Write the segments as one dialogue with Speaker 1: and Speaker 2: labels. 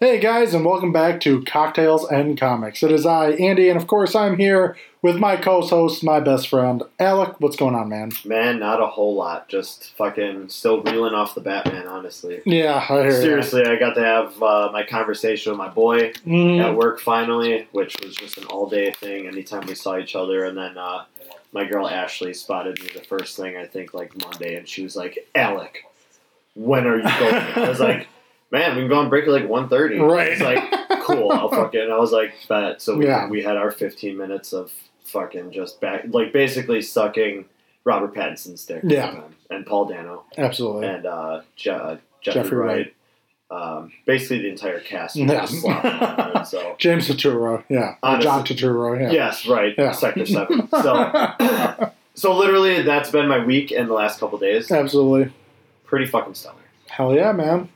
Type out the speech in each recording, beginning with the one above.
Speaker 1: Hey guys, and welcome back to Cocktails and Comics. It is I, Andy, and of course I'm here with my co-host, my best friend, Alec. What's going on, man?
Speaker 2: Man, not a whole lot. Just fucking still reeling off the Batman, honestly.
Speaker 1: Yeah, I hear
Speaker 2: Seriously, I got to have uh, my conversation with my boy
Speaker 1: ya. Mm,
Speaker 2: at work finally, which was just an all day thing anytime we saw each other. And then uh, my girl Ashley spotted me the first thing, I think, like Monday, and she was like, Alec, when are you going? I was like, Man, we can go on break at like 1.30.
Speaker 1: Right.
Speaker 2: It's like, cool, I'll fucking. I was like, bet. So we,
Speaker 1: Yeah.
Speaker 2: we had our 15 minutes of fucking just back, like basically sucking Robert Pattinson's dick. at the
Speaker 1: Yeah.
Speaker 2: time, And Paul Dano
Speaker 1: Absolutely.
Speaker 2: and uh, Je- uh, Jeffrey,
Speaker 1: Jeffrey
Speaker 2: Wright. Um, basically the entire cast. was
Speaker 1: Yeah.
Speaker 2: just slopping around, so.
Speaker 1: James Turturro, yeah. Or
Speaker 2: Honestly.
Speaker 1: John Turturro, yeah.
Speaker 2: Yes, right.
Speaker 1: Yeah.
Speaker 2: Sector 7. So, so literally that's been my week and the last couple days.
Speaker 1: Absolutely.
Speaker 2: Pretty fucking stellar.
Speaker 1: Hell yeah, man.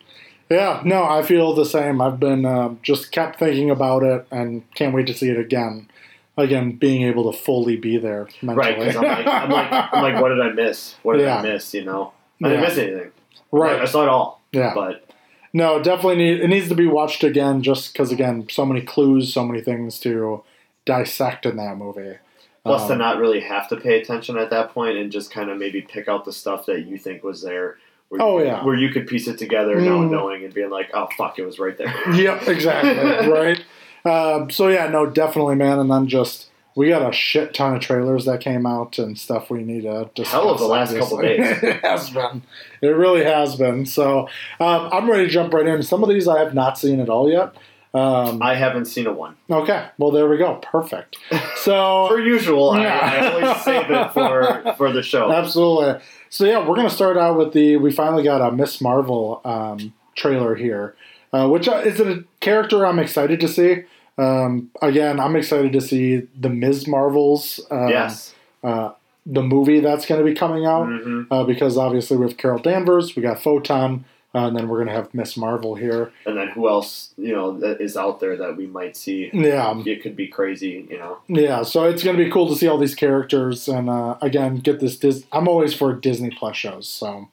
Speaker 1: Yeah, no, I feel the same. I've been uh, just kept thinking about it and can't wait to see it again. Again, being able to fully be there mentally.
Speaker 2: Right, because I'm like, I'm, like, I'm like, what did I miss? What did
Speaker 1: Yeah.
Speaker 2: I miss, you know? I didn't
Speaker 1: Yeah.
Speaker 2: miss anything. I
Speaker 1: right.
Speaker 2: saw it all.
Speaker 1: Yeah.
Speaker 2: But
Speaker 1: No, it definitely need, it needs to be watched again just because, again, so many clues, so many things to dissect in that movie.
Speaker 2: plus to
Speaker 1: Um,
Speaker 2: not really have to pay attention at that point and just kind of maybe pick out the stuff that you think was there. Where
Speaker 1: Oh,
Speaker 2: you,
Speaker 1: yeah.
Speaker 2: Where you could piece it together, now
Speaker 1: Mm.
Speaker 2: knowing and being like, oh, fuck, it was right there.
Speaker 1: Yep, exactly. right. Um, so yeah, no, definitely, man. And then just we got a shit ton of trailers that came out and stuff we need to discuss.
Speaker 2: Hell of a last couple
Speaker 1: obviously. it has been. It really has been. So um, I'm ready to jump right in. Some of these I have not seen at all yet. Um,
Speaker 2: I haven't seen a one.
Speaker 1: okay, well there we go. Perfect.
Speaker 2: Per
Speaker 1: So
Speaker 2: usual,
Speaker 1: Yeah.
Speaker 2: I, I always save it for, for the show.
Speaker 1: absolutely. So yeah, we're gonna start out with the. We finally got a Miss Marvel um, trailer here, uh, which uh, is a character I'm excited to see. Um, again, I'm excited to see the Ms. Marvels. Um,
Speaker 2: yes.
Speaker 1: uh, the movie that's going to be coming out
Speaker 2: Mhm.
Speaker 1: uh, because obviously we have Carol Danvers, we got Photon, uh, and then we're going to have Miss Marvel here.
Speaker 2: And then who else, you know, that is out there that we might see?
Speaker 1: Yeah,
Speaker 2: It could be crazy, you know.
Speaker 1: yeah. So it's going to be cool to see all these characters, and uh, again, get this. Dis- I'm always for Disney Plus shows, so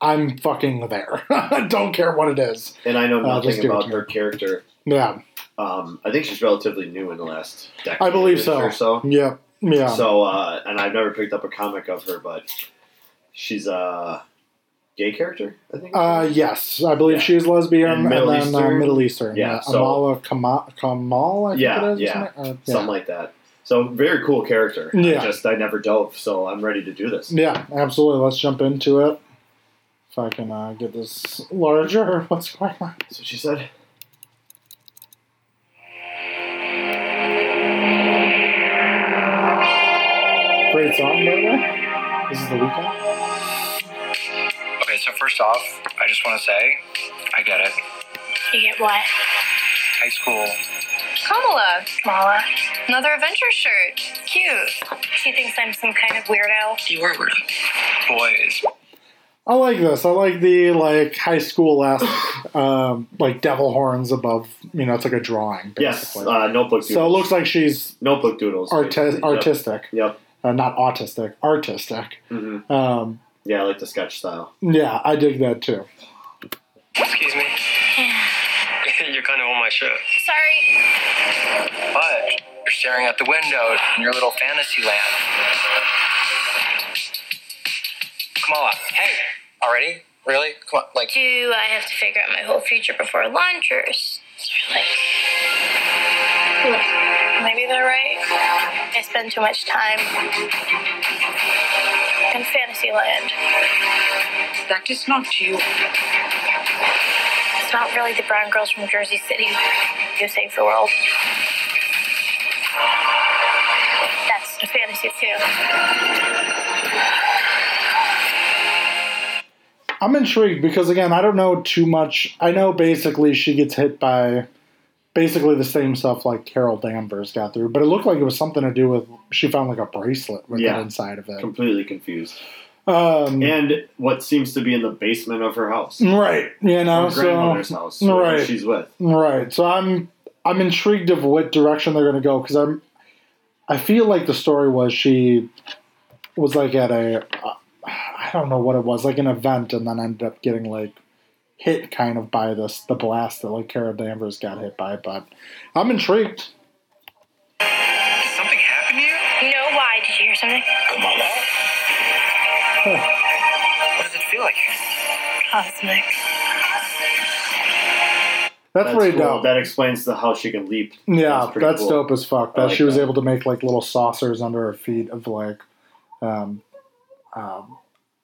Speaker 1: I'm fucking there. Don't care what it is.
Speaker 2: And I know
Speaker 1: Uh, just
Speaker 2: nothing
Speaker 1: give it
Speaker 2: about
Speaker 1: to me.
Speaker 2: her character.
Speaker 1: Yeah,
Speaker 2: Um, I think she's relatively new in the last decade.
Speaker 1: I believe so.
Speaker 2: Or so.
Speaker 1: yeah, yeah.
Speaker 2: So, uh, and I've never picked up a comic of her, but she's a gay character, I think.
Speaker 1: Uh, yes, I believe
Speaker 2: Yeah.
Speaker 1: she's lesbian
Speaker 2: And
Speaker 1: and,
Speaker 2: Middle
Speaker 1: then Uh,
Speaker 2: Eastern.
Speaker 1: Middle Eastern.
Speaker 2: Yeah, so-
Speaker 1: Amala Kamal, Kamal, I think
Speaker 2: Yeah,
Speaker 1: it is.
Speaker 2: yeah.
Speaker 1: isn't it? Uh, yeah.
Speaker 2: Something like that. So, very cool character.
Speaker 1: Yeah.
Speaker 2: I just, I never dove, so I'm ready to do this.
Speaker 1: Yeah, absolutely. Let's jump into it. If I can uh, get this larger, what's going on?
Speaker 2: That's what she said.
Speaker 1: Great song, by the way. This is the weekend.
Speaker 3: Okay, so first off, I just want to say, I get it.
Speaker 4: You get what?
Speaker 3: High school.
Speaker 4: Kamala. Kamala. Another adventure shirt. Cute. She thinks I'm some kind of weirdo.
Speaker 3: You were weirdo. Boys.
Speaker 1: I like this. I like the like high school esque um, like devil horns above. You know, it's like a drawing.
Speaker 2: Yes,
Speaker 1: Basically.
Speaker 2: uh, Notebook Doodles.
Speaker 1: so it looks like she's
Speaker 2: Notebook Doodles.
Speaker 1: arti-
Speaker 2: basically. Yep.
Speaker 1: artistic,
Speaker 2: Yep.
Speaker 1: uh, not autistic, artistic.
Speaker 2: hmm
Speaker 1: Um,
Speaker 2: Yeah, I like the sketch style.
Speaker 1: yeah, I dig that too.
Speaker 5: Excuse me. you're kind of on my ship.
Speaker 4: Sorry.
Speaker 3: But you're staring out the window in your little fantasy land. Kamala, hey, already? Really? Come on, like,
Speaker 4: Do I have to figure out my whole future before lunch or is there, like Look, maybe they're right. I spend too much time in Fantasyland.
Speaker 6: That is not you.
Speaker 4: It's not really the brown girls from Jersey City who save the world. That's a fantasy too.
Speaker 1: I'm intrigued because again, I don't know too much. I know basically she gets hit by basically the same stuff like Carol Danvers got through, but it looked like it was something to do with she found like a bracelet with
Speaker 2: Yeah.
Speaker 1: it inside of it.
Speaker 2: Completely confused.
Speaker 1: Um,
Speaker 2: And what seems to be in the basement of her house.
Speaker 1: right, you know,
Speaker 2: Her grandmother's
Speaker 1: so
Speaker 2: house. who
Speaker 1: Mm, right.
Speaker 2: She's with.
Speaker 1: right. So I'm I'm intrigued of what direction they're going to go because I'm I feel like the story was she was like at a uh, I don't know what it was like an event and then ended up getting like hit kind of by this the blast that like Carol Danvers got hit by, but I'm intrigued.
Speaker 5: Did something happen to you?
Speaker 4: No, why? Did you hear something?
Speaker 5: Come on. What does it feel like?
Speaker 4: Cosmic.
Speaker 1: That's, pretty
Speaker 2: cool.
Speaker 1: dope.
Speaker 2: That explains the how she can leap.
Speaker 1: yeah, that's,
Speaker 2: pretty cool.
Speaker 1: dope as fuck.
Speaker 2: I
Speaker 1: That
Speaker 2: like
Speaker 1: she was
Speaker 2: that.
Speaker 1: able to make like little saucers under her feet of like, um, um,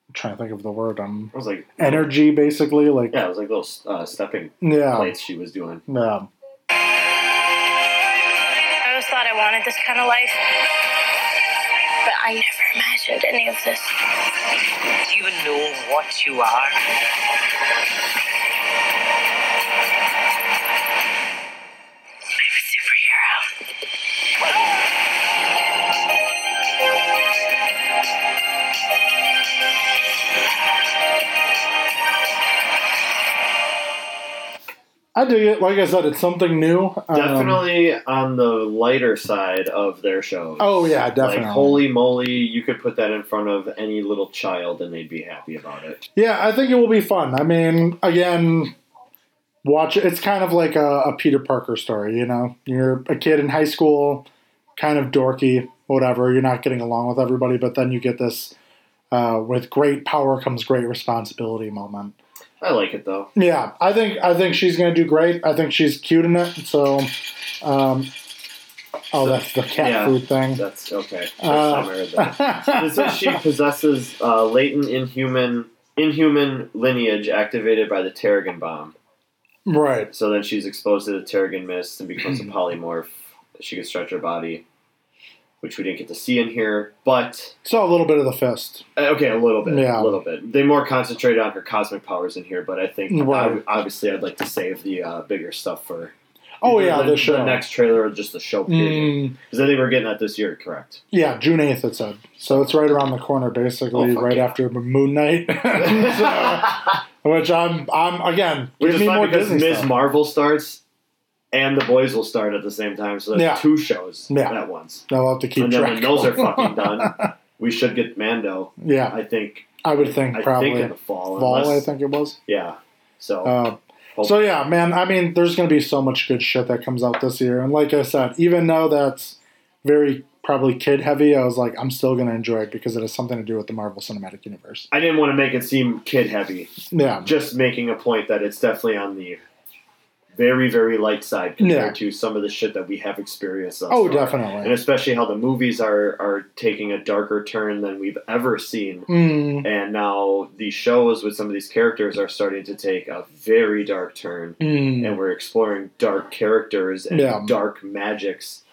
Speaker 1: I'm trying to think of the word. Um,
Speaker 2: I was like,
Speaker 1: energy basically. Like
Speaker 2: yeah, it was like those uh, stepping
Speaker 1: yeah,
Speaker 2: plates she was doing.
Speaker 1: yeah.
Speaker 4: I always thought I wanted this kind of life. But I never imagined any of this.
Speaker 5: Do you even know what you are?
Speaker 4: I'm a superhero.
Speaker 1: I dig it. Like I said, it's something new. Um,
Speaker 2: Definitely on the lighter side of their shows.
Speaker 1: Oh yeah, definitely.
Speaker 2: Like, holy moly, you could put that in front of any little child and they'd be happy about it.
Speaker 1: Yeah, I think it will be fun. I mean, again, watch. It's kind of like a, a Peter Parker story. You know, you're a kid in high school, kind of dorky, whatever. You're not getting along with everybody, but then you get this. Uh, with great power comes great responsibility moment.
Speaker 2: I like it though.
Speaker 1: Yeah, I think I think she's gonna do great. I think she's cute in it. So, um, oh, that's the cat
Speaker 2: Yeah.
Speaker 1: food thing.
Speaker 2: That's okay. That's
Speaker 1: Uh,
Speaker 2: somewhere there. It says she possesses uh, latent inhuman inhuman lineage activated by the Terrigan bomb.
Speaker 1: right.
Speaker 2: So then she's exposed to the Terrigan mist and becomes a polymorph. She can stretch her body, which we didn't get to see in here. But
Speaker 1: So a little bit of the fist.
Speaker 2: uh, okay, a little bit,
Speaker 1: Yeah.
Speaker 2: a little bit. They more concentrate on her cosmic powers in here, but I think
Speaker 1: Right.
Speaker 2: ob- obviously I'd like to save the uh, bigger stuff for.
Speaker 1: Oh
Speaker 2: either
Speaker 1: yeah,
Speaker 2: the,
Speaker 1: the show.
Speaker 2: the next trailer or just the show period.
Speaker 1: Mm.
Speaker 2: Because I think we're getting that this year, correct?
Speaker 1: Yeah, June eighth it said. So it's right around the corner,
Speaker 2: Oh,
Speaker 1: basically,
Speaker 2: fuck
Speaker 1: right
Speaker 2: yeah.
Speaker 1: after Moon Knight. So, which I'm, I'm again.
Speaker 2: Which
Speaker 1: give
Speaker 2: is
Speaker 1: me
Speaker 2: fun
Speaker 1: more
Speaker 2: because
Speaker 1: Disney
Speaker 2: Ms.
Speaker 1: stuff.
Speaker 2: Marvel starts and the boys will start at the same time, so that's
Speaker 1: Yeah.
Speaker 2: two shows
Speaker 1: Yeah.
Speaker 2: at once.
Speaker 1: I'll have to keep
Speaker 2: and then when
Speaker 1: track.
Speaker 2: those are fucking done, we should get Mando.
Speaker 1: yeah,
Speaker 2: I think.
Speaker 1: I would think
Speaker 2: I
Speaker 1: probably
Speaker 2: think in the fall.
Speaker 1: fall.
Speaker 2: unless-
Speaker 1: I think it was.
Speaker 2: Yeah. So
Speaker 1: Uh, so
Speaker 2: hopefully-
Speaker 1: yeah, man. I mean, there's going to be so much good shit that comes out this year, and like I said, even though that's very probably kid heavy, I was like, I'm still going to enjoy it because it has something to do with the Marvel Cinematic Universe.
Speaker 2: I didn't want to make it seem kid heavy.
Speaker 1: Yeah,
Speaker 2: Just making a point that it's definitely on the very very light side compared
Speaker 1: Yeah.
Speaker 2: to some of the shit that we have experienced. thus
Speaker 1: Oh,
Speaker 2: far.
Speaker 1: definitely.
Speaker 2: And especially how the movies are are taking a darker turn than we've ever seen.
Speaker 1: mm,
Speaker 2: and now these shows with some of these characters are starting to take a very dark turn
Speaker 1: mm.
Speaker 2: and we're exploring dark characters and
Speaker 1: Yeah.
Speaker 2: dark magics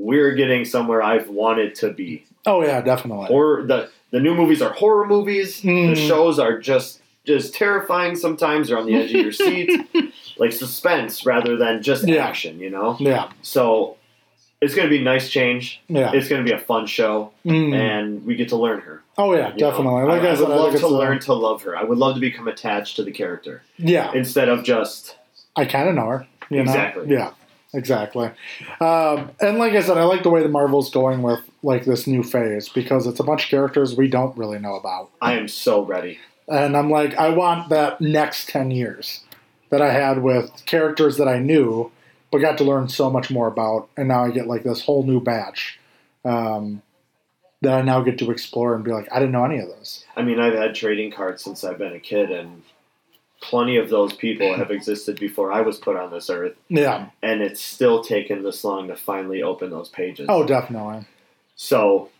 Speaker 2: we're getting somewhere i've wanted to be
Speaker 1: oh yeah, definitely.
Speaker 2: horror the the new movies are horror movies
Speaker 1: Mm.
Speaker 2: the shows are just just terrifying sometimes they're on the edge of your seat like suspense rather than just
Speaker 1: Yeah.
Speaker 2: action you know
Speaker 1: yeah,
Speaker 2: so it's going to be a nice change
Speaker 1: yeah.
Speaker 2: it's going to be a fun show
Speaker 1: Mm.
Speaker 2: and we get to learn her
Speaker 1: oh yeah,
Speaker 2: you know?
Speaker 1: definitely. Like
Speaker 2: I,
Speaker 1: I,
Speaker 2: I
Speaker 1: said,
Speaker 2: would
Speaker 1: I think
Speaker 2: love
Speaker 1: it's uh,
Speaker 2: to
Speaker 1: a-
Speaker 2: learn to love her. I would love to become attached to the character
Speaker 1: Yeah,
Speaker 2: instead of just
Speaker 1: I kind of know her. You know?
Speaker 2: Exactly.
Speaker 1: Yeah, exactly. Um, and like I said, I like the way the Marvel's going with like this new phase because it's a bunch of characters we don't really know about,
Speaker 2: I am so ready.
Speaker 1: and I'm like, I want that next ten years that I had with characters that I knew but got to learn so much more about, and now I get like this whole new batch. Um, that I now get to explore and be like, I didn't know any of those.
Speaker 2: I mean, I've had trading cards since I've been a kid, and plenty of those people have existed before I was put on this earth,
Speaker 1: Yeah.
Speaker 2: and it's still taken this long to finally open those pages.
Speaker 1: Oh, definitely.
Speaker 2: so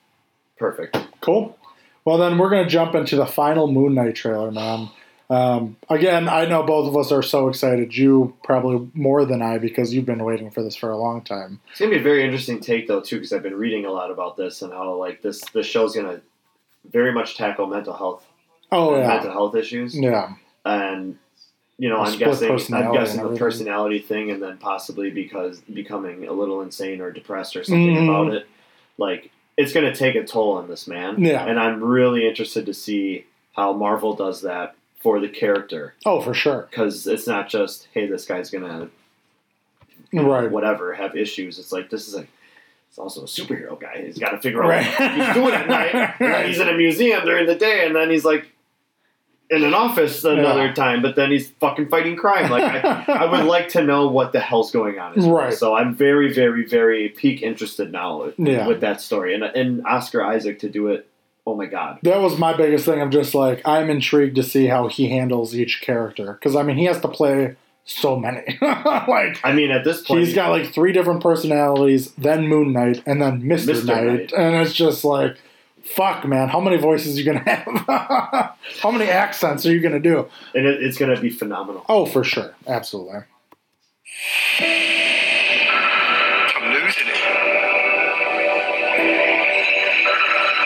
Speaker 2: perfect.
Speaker 1: Cool. Well, then we're going to jump into the final Moon Knight trailer, man. Um, again, I know both of us are so excited. You probably more than I because you've been waiting for this for a long time.
Speaker 2: It's gonna be a very interesting take though, too, because I've been reading a lot about this and how like this this show's gonna very much tackle mental health,
Speaker 1: Oh yeah,
Speaker 2: mental health issues.
Speaker 1: yeah,
Speaker 2: and you know,
Speaker 1: A
Speaker 2: I'm
Speaker 1: split
Speaker 2: guessing, I'm
Speaker 1: personality and
Speaker 2: guessing the
Speaker 1: everything.
Speaker 2: personality thing, and then possibly because becoming a little insane or depressed or something
Speaker 1: Mhm.
Speaker 2: about it. Like it's going to take a toll on this man,
Speaker 1: Yeah.
Speaker 2: And I'm really interested to see how Marvel does that for the character
Speaker 1: oh for sure,
Speaker 2: because it's not just hey, this guy's gonna
Speaker 1: right,
Speaker 2: whatever have issues. It's like this is a it's also a superhero guy. He's got to figure out
Speaker 1: Right.
Speaker 2: what he's doing at night. And then He's in a museum during the day, and then he's like in an office another time, but then he's fucking fighting crime. Like I, I would like to know what the hell's going on.
Speaker 1: Right.
Speaker 2: So I'm very, very, very peak interested now with,
Speaker 1: Yeah.
Speaker 2: with that story and and Oscar Isaac to do it. Oh my god.
Speaker 1: that was my biggest thing. I'm just like I'm intrigued to see how he handles each character because I mean he has to play so many. like
Speaker 2: I mean, at this point,
Speaker 1: he's got like three different personalities, then Moon Knight, and then Mister
Speaker 2: Mr.
Speaker 1: Knight,
Speaker 2: Knight.
Speaker 1: and it's just like. Fuck, man! How many voices you gonna have? how many accents are you gonna do?
Speaker 2: and it, it's gonna be phenomenal.
Speaker 1: Oh, for sure, absolutely.
Speaker 5: I'm losing it.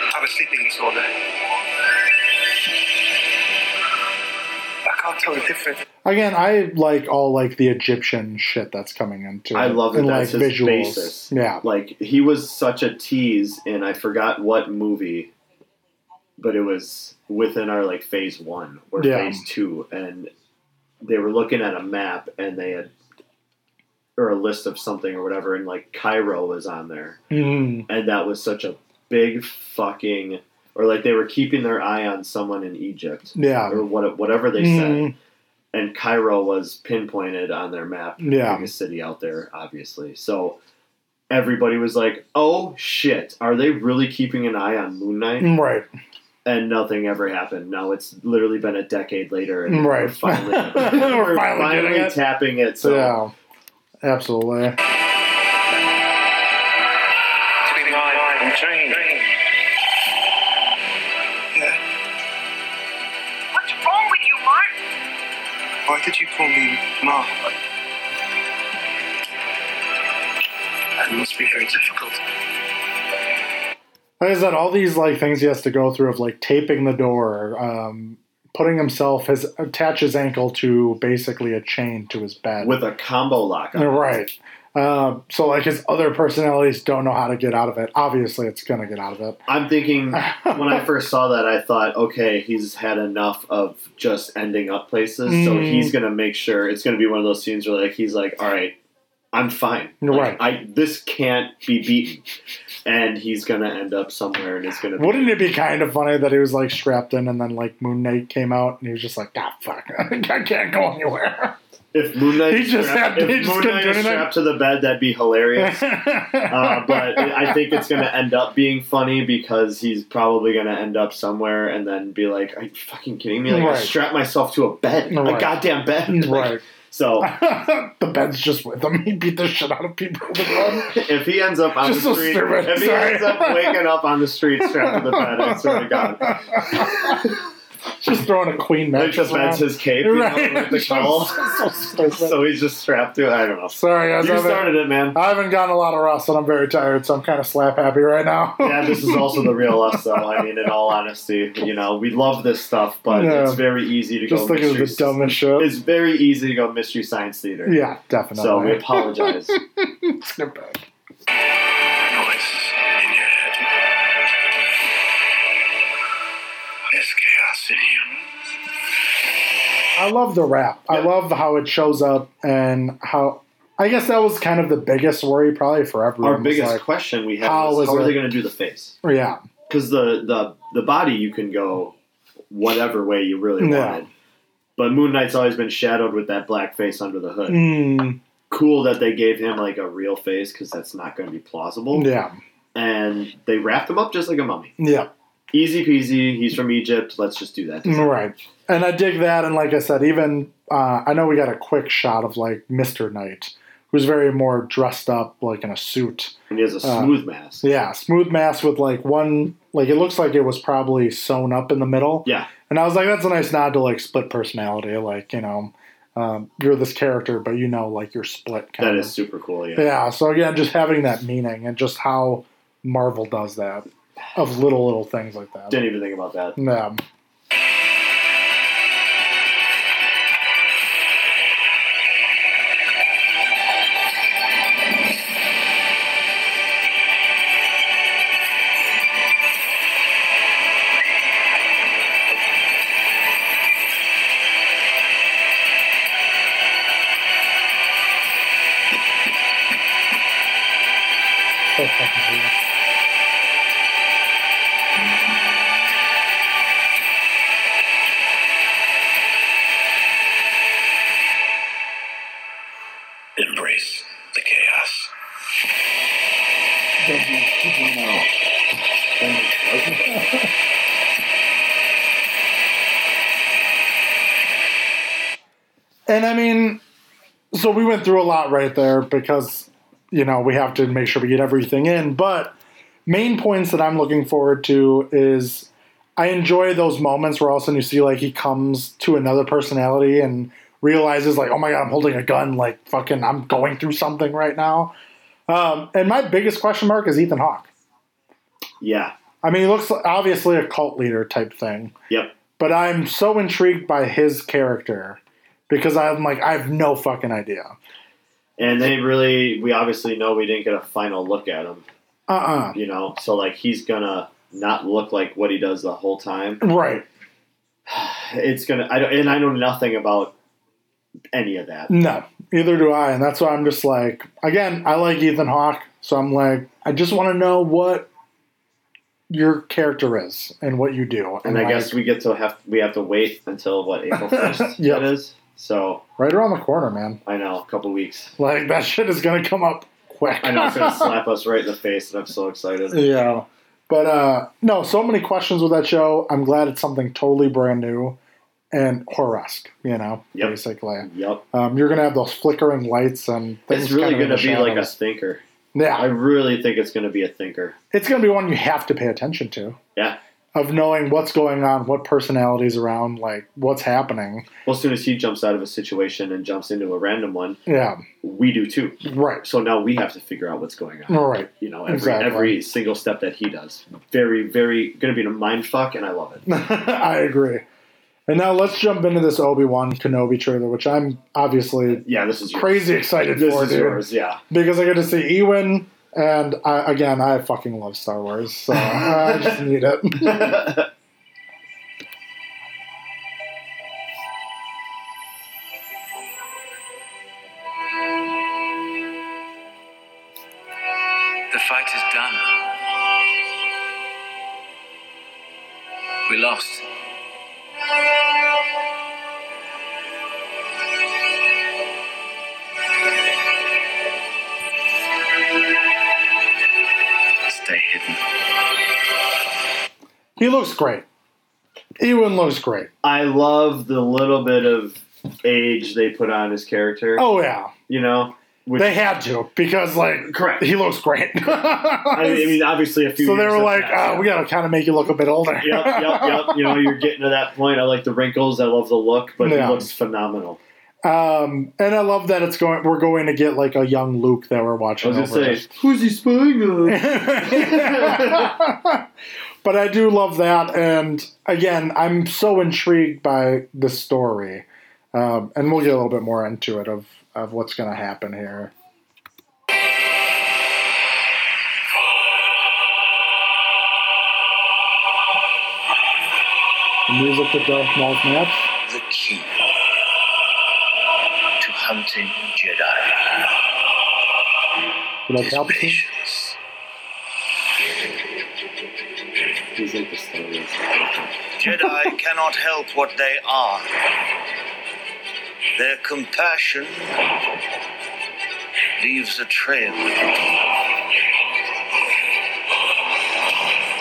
Speaker 5: I have a sleeping disorder. I can't tell the difference.
Speaker 1: Again, I like all like the Egyptian shit that's coming into.
Speaker 2: I
Speaker 1: it,
Speaker 2: love that
Speaker 1: and,
Speaker 2: that's
Speaker 1: like
Speaker 2: his
Speaker 1: visuals.
Speaker 2: basis.
Speaker 1: Yeah,
Speaker 2: Like he was such a tease, and I forgot what movie, but it was within our like phase one or
Speaker 1: Yeah.
Speaker 2: phase two, and they were looking at a map and they had or a list of something or whatever, and like Cairo was on there,
Speaker 1: Mhm.
Speaker 2: and that was such a big fucking or like they were keeping their eye on someone in Egypt
Speaker 1: yeah,
Speaker 2: or what whatever they said,
Speaker 1: Mhm.
Speaker 2: and Cairo was pinpointed on their map,
Speaker 1: Yeah.
Speaker 2: biggest city out there, obviously. So everybody was like, "Oh shit, are they really keeping an eye on Moon Knight?"
Speaker 1: Mm-hmm. right,
Speaker 2: And nothing ever happened. Now it's literally been a decade later, and
Speaker 1: Right.
Speaker 2: we're finally,
Speaker 1: We're finally getting it.
Speaker 2: tapping it. So
Speaker 1: yeah, absolutely.
Speaker 5: Between I'm trained.
Speaker 4: What's wrong with you, Mark?
Speaker 5: Why did you call me Mark? That must be very difficult.
Speaker 1: Like I said, all these like things he has to go through of like taping the door, um, putting himself his attach his ankle to basically a chain to his bed.
Speaker 2: with a combo lock, on it.
Speaker 1: right. Uh, so like his other personalities don't know how to get out of it. Obviously, it's gonna get out of it.
Speaker 2: I'm thinking when I first saw that, I thought, okay, he's had enough of just ending up places, so
Speaker 1: Mm.
Speaker 2: he's gonna make sure it's gonna be one of those scenes where like he's like, all right, I'm fine, Like,
Speaker 1: Right.
Speaker 2: I this can't be beaten, and he's gonna end up somewhere, and it's gonna be
Speaker 1: Wouldn't it be kind of funny that he was like strapped in and then like Moon Knight came out and he was just like, God, fuck, I can't go anywhere.
Speaker 2: if Moon Knight
Speaker 1: He
Speaker 2: is
Speaker 1: just
Speaker 2: strapped,
Speaker 1: had- he
Speaker 2: if
Speaker 1: just
Speaker 2: Moon
Speaker 1: couldn't
Speaker 2: Knight
Speaker 1: do
Speaker 2: is
Speaker 1: anything.
Speaker 2: strapped to the bed, that'd be hilarious. Uh, but I think it's going to end up being funny because he's probably going to end up somewhere and then be like, "Are you fucking kidding me? Like,
Speaker 1: Right.
Speaker 2: I strapped myself to a bed,
Speaker 1: Right.
Speaker 2: a goddamn bed." Like,
Speaker 1: right.
Speaker 2: So
Speaker 1: the bed's just with him. He beat the shit out of people with him.
Speaker 2: if he ends up on
Speaker 1: Just so
Speaker 2: the street,
Speaker 1: stupid,
Speaker 2: if he
Speaker 1: sorry.
Speaker 2: ends up waking up on the street strapped to the bed, I swear to God,
Speaker 1: Just throwing a queen
Speaker 2: like the
Speaker 1: mattress around.
Speaker 2: bed's his cape, you know,
Speaker 1: Right.
Speaker 2: with the cowl.
Speaker 1: so stupid.
Speaker 2: so he's just strapped to it. I don't know.
Speaker 1: Sorry, guys. I
Speaker 2: You
Speaker 1: haven't,
Speaker 2: started it, man.
Speaker 1: I haven't gotten a lot of rust, and I'm very tired, so I'm kind of slap happy right now.
Speaker 2: Yeah, this is also the real us, though. I mean, in all honesty, you know, we love this stuff, but
Speaker 1: Yeah.
Speaker 2: it's very easy to
Speaker 1: Just
Speaker 2: go.
Speaker 1: think of the
Speaker 2: mystery-
Speaker 1: dumbest shit.
Speaker 2: It's very easy to go mystery science theater.
Speaker 1: yeah, definitely.
Speaker 2: So we apologize.
Speaker 1: Stupid.
Speaker 5: Noise in your head. There's chaos in here.
Speaker 1: I love the rap. I
Speaker 2: Yeah.
Speaker 1: love how it shows up and how. I guess that was kind of the biggest worry, probably for everyone.
Speaker 2: Our
Speaker 1: was
Speaker 2: biggest
Speaker 1: like,
Speaker 2: question we have
Speaker 1: how
Speaker 2: is
Speaker 1: is
Speaker 2: how are
Speaker 1: it-
Speaker 2: they going to do the face?
Speaker 1: yeah,
Speaker 2: Because the, the the body you can go whatever way you really
Speaker 1: Yeah.
Speaker 2: want it. But Moon Knight's always been shadowed with that black face under the hood.
Speaker 1: mm,
Speaker 2: Cool that they gave him like a real face because that's not going to be plausible.
Speaker 1: yeah,
Speaker 2: And they wrapped him up just like a mummy.
Speaker 1: yeah,
Speaker 2: Easy peasy. He's from Egypt. Let's just do that.
Speaker 1: right. And I dig that. And like I said, even uh, I know we got a quick shot of like Mister Knight, who's very more dressed up, like in a suit.
Speaker 2: And he has a
Speaker 1: Uh,
Speaker 2: smooth mask.
Speaker 1: Yeah, smooth mask with like one, like it looks like it was probably sewn up in the middle.
Speaker 2: Yeah.
Speaker 1: And I was like, that's a nice nod to like split personality, like you know, um, you're this character, but you know, like you're split. Kind
Speaker 2: That
Speaker 1: of.
Speaker 2: is super cool. Yeah.
Speaker 1: Yeah, so again, just having that meaning and just how Marvel does that of little little things like that.
Speaker 2: Didn't even think about that.
Speaker 1: Yeah, so fucking cool.
Speaker 2: I
Speaker 3: Embrace the chaos.
Speaker 1: And I mean, so we went through a lot right there because, you know, we have to make sure we get everything in. But main points that I'm looking forward to is I enjoy those moments where all of a sudden you see, like, he comes to another personality and realizes, like, oh my God, I'm holding a gun. Like, fucking, I'm going through something right now. Um, and my biggest question mark is Ethan Hawke.
Speaker 2: Yeah.
Speaker 1: I mean, he looks like- obviously a cult leader type thing
Speaker 2: Yep.
Speaker 1: but I'm so intrigued by his character because I'm like I have no fucking idea.
Speaker 2: And they really, we obviously know we didn't get a final look at him,
Speaker 1: Uh uh
Speaker 2: you know? So, like, he's gonna not look like what he does the whole time.
Speaker 1: Right.
Speaker 2: It's gonna, I don't, and I know nothing about any of that.
Speaker 1: No. Either do I, and that's why I'm just like again, I like Ethan Hawke, so I'm like I just want to know what your character is and what you do.
Speaker 2: And I
Speaker 1: like,
Speaker 2: guess we get to have, we have to wait until what, April 1st
Speaker 1: Yep.
Speaker 2: it is? So,
Speaker 1: right around the corner, man.
Speaker 2: I know, a couple weeks.
Speaker 1: Like that shit is gonna come up quick.
Speaker 2: I know it's gonna slap us right in the face, and I'm so excited.
Speaker 1: Yeah. But uh no, so many questions with that show. I'm glad it's something totally brand new and horror-esque, you know,
Speaker 2: Yep.
Speaker 1: basically.
Speaker 2: Yep.
Speaker 1: Um, you're gonna have those flickering lights and things.
Speaker 2: It's really
Speaker 1: kind
Speaker 2: gonna
Speaker 1: of
Speaker 2: be
Speaker 1: in the
Speaker 2: like a
Speaker 1: shadows.
Speaker 2: thinker. I
Speaker 1: yeah.
Speaker 2: really think it's gonna be a thinker.
Speaker 1: It's gonna be one you have to pay attention to
Speaker 2: Yeah.
Speaker 1: of knowing what's going on, what personalities around, like what's happening.
Speaker 2: Well, as soon as he jumps out of a situation and jumps into a random one,
Speaker 1: Yeah,
Speaker 2: we do too.
Speaker 1: right,
Speaker 2: So now we have to figure out what's going on.
Speaker 1: right.
Speaker 2: You know, every
Speaker 1: Exactly.
Speaker 2: every single step that he does, very very going to be a mind fuck, and I love it.
Speaker 1: I agree. And now let's jump into this Obi Wan Kenobi trailer, which I'm obviously
Speaker 2: Yeah, this is yours.
Speaker 1: crazy excited
Speaker 2: This
Speaker 1: for,
Speaker 2: is
Speaker 1: dude,
Speaker 2: yours. Yeah,
Speaker 1: because I get to see Ewan. And I, again, I fucking love Star Wars, so I just need it.
Speaker 7: The fight is done. We lost. Stay hidden.
Speaker 1: he looks great. Ewan looks great.
Speaker 2: I love the little bit of age they put on his character.
Speaker 1: Oh yeah,
Speaker 2: you know, which
Speaker 1: they had to because like
Speaker 2: Correct.
Speaker 1: he looks great.
Speaker 2: I mean, I mean, obviously a few.
Speaker 1: so they
Speaker 2: years
Speaker 1: were
Speaker 2: have
Speaker 1: like, oh.
Speaker 2: passed.
Speaker 1: uh, we gotta kind of make you look a bit older.
Speaker 2: yep, yep, yep. You know, you're getting to that point. I like the wrinkles. I love the look, but
Speaker 1: Yeah.
Speaker 2: he looks phenomenal.
Speaker 1: Um, and I love that it's going. We're going to get like a young Luke that we're
Speaker 2: I
Speaker 1: watching.
Speaker 2: was
Speaker 1: over
Speaker 2: gonna say, who's he spying on?
Speaker 1: us. but I do love that, and again, I'm so intrigued by the story, um, and we'll get a little bit more into it of of what's gonna happen here. The music that Darth Maul's maps.
Speaker 3: The key to hunting Jedi
Speaker 1: Did I
Speaker 3: is
Speaker 1: Palpatine?
Speaker 3: patience.
Speaker 2: He's like the Star Wars.
Speaker 3: Jedi cannot help what they are. Their compassion leaves a trail.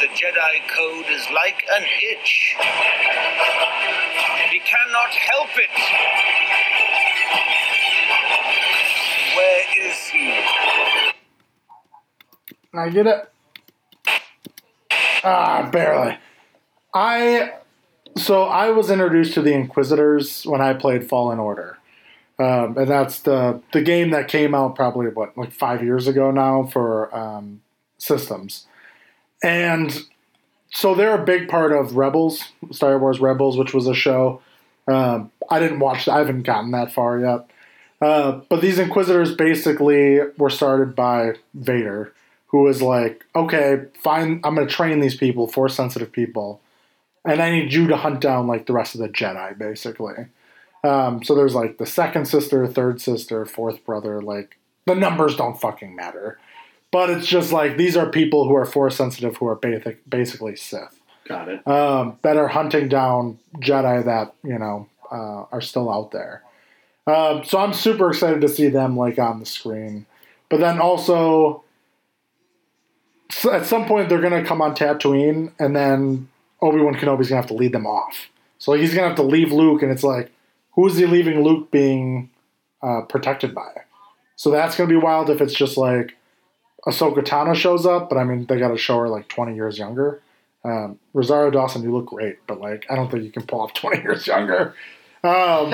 Speaker 3: The Jedi Code is like an itch. He cannot help it. Where is he?
Speaker 1: I get it. Ah, barely. I so I was introduced to the Inquisitors when I played Fallen Order, um, and that's the the game that came out probably what like five years ago now for um, systems, and so they're a big part of Rebels, Star Wars Rebels, which was a show. Um, I didn't watch. I haven't gotten that far yet. Uh, but these Inquisitors basically were started by Vader, who was like, okay, fine, I'm going to train these people, force sensitive people, and I need you to hunt down like the rest of the Jedi, basically. Um, so there's like the second sister, third sister, fourth brother, like the numbers don't fucking matter. But it's just like these are people who are force sensitive who are basic, basically Sith
Speaker 2: Got it.
Speaker 1: um, that are hunting down Jedi that you know uh, are still out there. Uh, so I'm super excited to see them like on the screen. But then also, s at some point they're gonna come on Tatooine, and then Obi Wan Kenobi's gonna have to lead them off. So like, he's gonna have to leave Luke, and it's like, who is he leaving Luke being uh, protected by? So that's gonna be wild if it's just like Ahsoka Tano shows up, but I mean they gotta show her like 20 years younger. Um, Rosario Dawson, you look great, but like I don't think you can pull off 20 years younger. Um,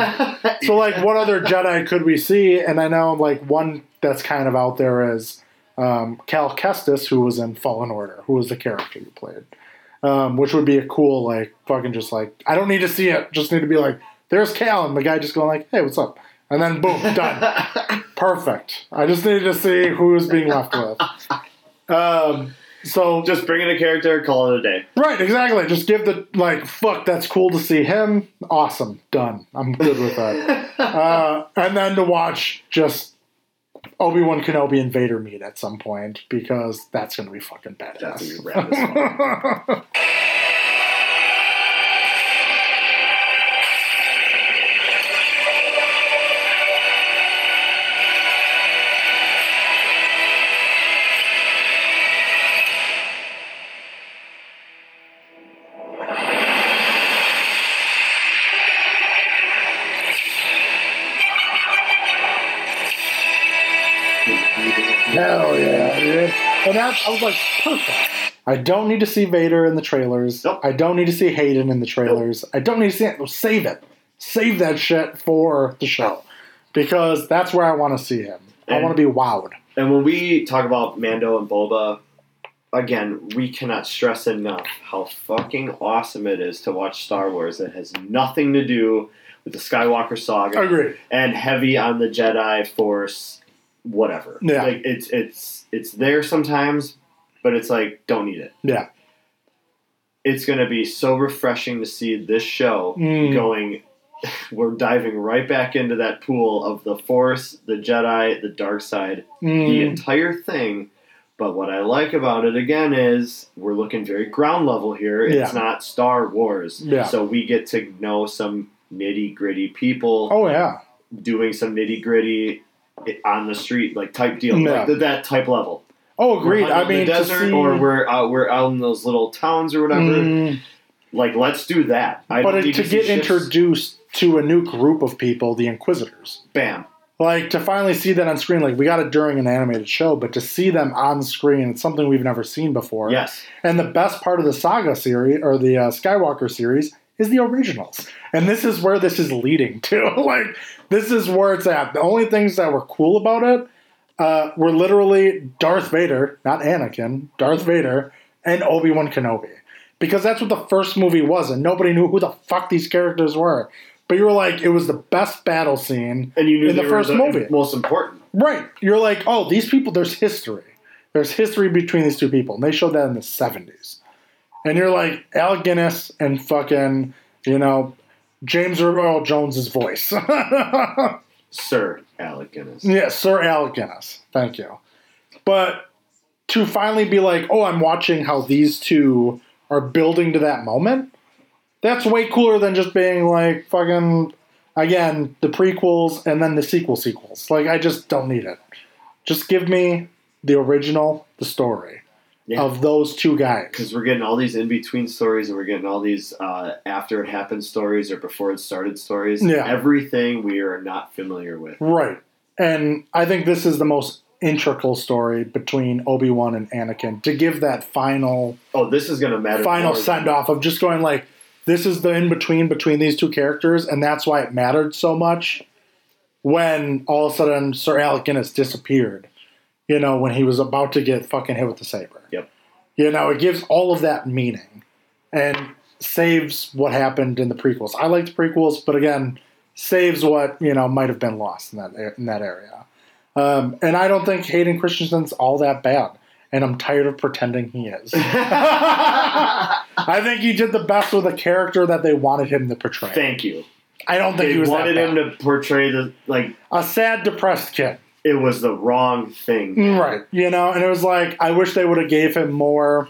Speaker 1: so like what other jedi could we see and i know like one that's kind of out there is um, cal kestis who was in fallen order who was the character you played um, which would be a cool like fucking just like i don't need to see it just need to be like there's cal and the guy just going like hey what's up and then boom done perfect i just needed to see who was being left with um, so
Speaker 2: Just bring in a character, call it a day.
Speaker 1: Right, exactly. Just give the like, fuck, that's cool to see him. Awesome, done. I'm good with that. uh, and then to watch just Obi Wan Kenobi and Vader meet at some point because that's gonna be fucking badass.
Speaker 2: That's gonna be rad as fuck.
Speaker 1: Hell yeah, dude. And that, I was like, perfect. I don't need to see Vader in the trailers.
Speaker 2: Nope.
Speaker 1: I don't need to see Hayden in the trailers. I don't need to see it. Well, Save it. Save that shit for the show because that's where I want to see him. I
Speaker 2: And-
Speaker 1: want to be wowed.
Speaker 2: And when we talk about Mando and Boba, again, we cannot stress enough how fucking awesome it is to watch Star Wars that has nothing to do with the Skywalker saga
Speaker 1: Agreed.
Speaker 2: and heavy on the Jedi Force, whatever.
Speaker 1: Yeah.
Speaker 2: Like it's it's it's there sometimes, but it's like don't need it.
Speaker 1: Yeah.
Speaker 2: It's gonna be so refreshing to see this show
Speaker 1: Mm.
Speaker 2: going. We're diving right back into that pool of the Force, the Jedi, the dark side, the
Speaker 1: Mm.
Speaker 2: entire thing. But what I like about it again is we're looking very ground level here.
Speaker 1: Yeah.
Speaker 2: It's not Star Wars.
Speaker 1: Yeah.
Speaker 2: So we get to know some nitty gritty people
Speaker 1: Oh yeah.
Speaker 2: doing some nitty gritty on the street, like type deal,
Speaker 1: Yeah.
Speaker 2: like th- that type level.
Speaker 1: Oh, agreed.
Speaker 2: We're hunting
Speaker 1: I mean,
Speaker 2: in the desert,
Speaker 1: to see,
Speaker 2: or we're out, we're out in those little towns or whatever.
Speaker 1: Mm,
Speaker 2: Like, let's do that. I
Speaker 1: but
Speaker 2: don't
Speaker 1: to,
Speaker 2: need see
Speaker 1: get
Speaker 2: ships.
Speaker 1: introduced to a new group of people, the Inquisitors,
Speaker 2: bam,
Speaker 1: like to finally see that on screen, like we got it during an animated show, but to see them on screen, it's something we've never seen before.
Speaker 2: yes,
Speaker 1: And the best part of the Saga series or the uh, Skywalker series is the originals, and this is where this is leading to. like, this is where it's at. The only things that were cool about it uh, were literally Darth Vader, not Anakin, Darth Vader, and Obi Wan Kenobi. Because that's what the first movie was, and nobody knew who the fuck these characters were. But you were like, it was the best battle scene.
Speaker 2: and you knew
Speaker 1: In the
Speaker 2: they were
Speaker 1: first movie.
Speaker 2: most important.
Speaker 1: Right. You're like, oh, these people, there's history. There's history between these two people. And they showed that in the 70s. And you're like, Al Guinness and fucking, you know, James Earl Jones's voice.
Speaker 2: Sir Alec Guinness.
Speaker 1: Yeah, Sir Alec Guinness. Thank you. But to finally be like, oh, I'm watching how these two are building to that moment, that's way cooler than just being like fucking, again, the prequels and then the sequel sequels. Like, I just don't need it. Just give me the original, the story
Speaker 2: Yeah.
Speaker 1: of those two guys.
Speaker 2: because we're getting all these in between stories and we're getting all these uh, after it happened stories or before it started stories.
Speaker 1: Yeah.
Speaker 2: Everything we are not familiar with.
Speaker 1: Right. And I think this is the most integral story between Obi Wan and Anakin to give that final.
Speaker 2: Oh, this is going to matter.
Speaker 1: final
Speaker 2: more.
Speaker 1: send off of just going like this is the in between between these two characters and that's why it mattered so much when all of a sudden Sir Alec Guinness disappeared you know when he was about to get fucking hit with the saber
Speaker 2: Yep.
Speaker 1: you know it gives all of that meaning and saves what happened in the prequels I liked the prequels but again saves what you know might have been lost in that in that area um, and I don't think Hayden Christensen's all that bad and I'm tired of pretending he is I think he did the best with the character that they wanted him to portray.
Speaker 2: Thank you.
Speaker 1: I don't think
Speaker 2: They
Speaker 1: he was
Speaker 2: wanted
Speaker 1: that
Speaker 2: him
Speaker 1: bad.
Speaker 2: to portray the like
Speaker 1: a sad, depressed kid,
Speaker 2: it was the wrong thing. man.
Speaker 1: right? You know, and it was like I wish they would have gave him more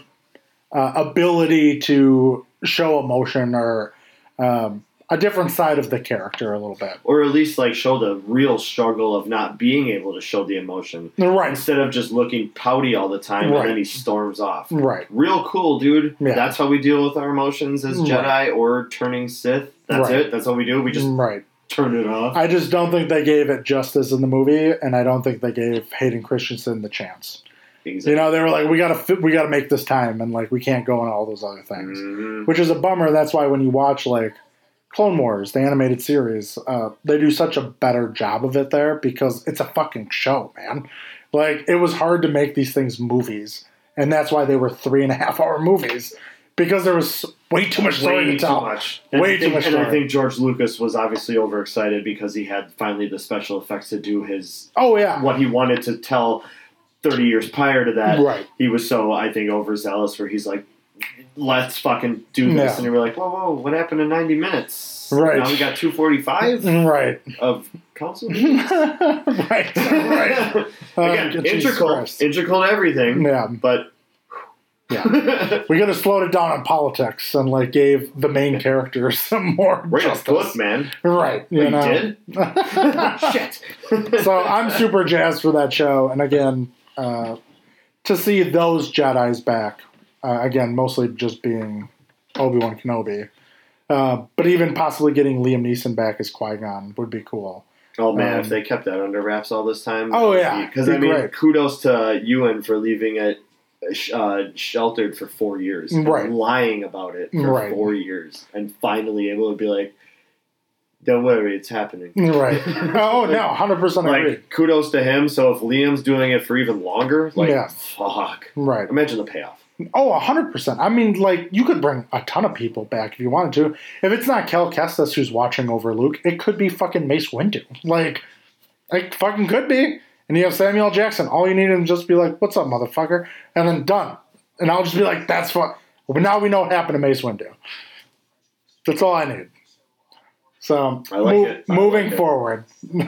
Speaker 1: uh, ability to show emotion or um, a different side of the character a little bit.
Speaker 2: or at least like show the real struggle of not being able to show the emotion
Speaker 1: Right.
Speaker 2: instead of just looking pouty all the time
Speaker 1: Right.
Speaker 2: and then he storms off.
Speaker 1: Right.
Speaker 2: Real cool, dude.
Speaker 1: Yeah.
Speaker 2: That's how we deal with our emotions as Jedi
Speaker 1: Right.
Speaker 2: or turning Sith. That's
Speaker 1: Right. Mm.
Speaker 2: it. That's all we do. We just
Speaker 1: Right.
Speaker 2: turn it off.
Speaker 1: I just don't think they gave it justice in the movie, and I don't think they gave Hayden Christensen the chance. You know, they were like, we gotta fit, we gotta make this time, and like we can't go on all those other things,
Speaker 2: Mhm.
Speaker 1: which is a bummer. That's why when you watch like Clone Wars, the animated series, uh, they do such a better job of it there because it's a fucking show, man. Like it was hard to make these things movies, and that's why they were three and a half hour movies because there was way too much story
Speaker 2: Way
Speaker 1: to
Speaker 2: too
Speaker 1: tell.
Speaker 2: much. And
Speaker 1: Way
Speaker 2: I
Speaker 1: too
Speaker 2: think-
Speaker 1: much
Speaker 2: And I
Speaker 1: story.
Speaker 2: think George Lucas was obviously overexcited because he had finally the special effects to do his
Speaker 1: Oh yeah,
Speaker 2: what he wanted to tell 30 years prior to that.
Speaker 1: Right.
Speaker 2: He was so, I think, overzealous where he's like, let's fucking do
Speaker 1: Yeah.
Speaker 2: this. And we're like, whoa, whoa, what happened in 90 minutes?
Speaker 1: Right. Mm.
Speaker 2: Now we got 245
Speaker 1: right,
Speaker 2: of council.
Speaker 1: right, right.
Speaker 2: Again,
Speaker 1: Jesus
Speaker 2: integral,
Speaker 1: Christ.
Speaker 2: integral to everything.
Speaker 1: Yeah.
Speaker 2: But yeah,
Speaker 1: We could have slowed it down on politics and like gave the main character some more
Speaker 2: we're in a
Speaker 1: justice.
Speaker 2: book, man.
Speaker 1: Right. You
Speaker 2: But
Speaker 1: know?
Speaker 2: you did? Shit.
Speaker 1: so I'm super jazzed for that show. And again, uh, to see those Jedi's back, uh, again, mostly just being Obi Wan Kenobi. Uh, but even possibly getting Liam Neeson back as Qui Gon would be cool.
Speaker 2: Oh man,
Speaker 1: Um,
Speaker 2: if they kept that under wraps all this time.
Speaker 1: Oh, yeah.
Speaker 2: because
Speaker 1: Be
Speaker 2: I mean,
Speaker 1: great.
Speaker 2: kudos to Ewan for leaving it sh- uh, sheltered for four years, and
Speaker 1: Right.
Speaker 2: lying about it for
Speaker 1: Right.
Speaker 2: four years, and finally able to be like, "Don't worry, it's happening."
Speaker 1: Right. oh, no, 100% Mm, agree.
Speaker 2: Like, kudos to him. So if Liam's doing it for even longer, like,
Speaker 1: Yeah.
Speaker 2: fuck,
Speaker 1: Right.
Speaker 2: imagine the payoff.
Speaker 1: Oh, 100%. I mean, like, you could bring a ton of people back if you wanted to. If it's not Cal Kestis who's watching over Luke, it could be fucking Mace Windu. Like, it fucking could be. And you have Samuel L. Jackson. All you need is just be like, what's up, motherfucker? And then done. And I'll just be like, that's what. But now we know what happened to Mace Windu. That's all I need. So,
Speaker 2: I like it. I
Speaker 1: moving
Speaker 2: like it.
Speaker 1: forward.
Speaker 2: Hey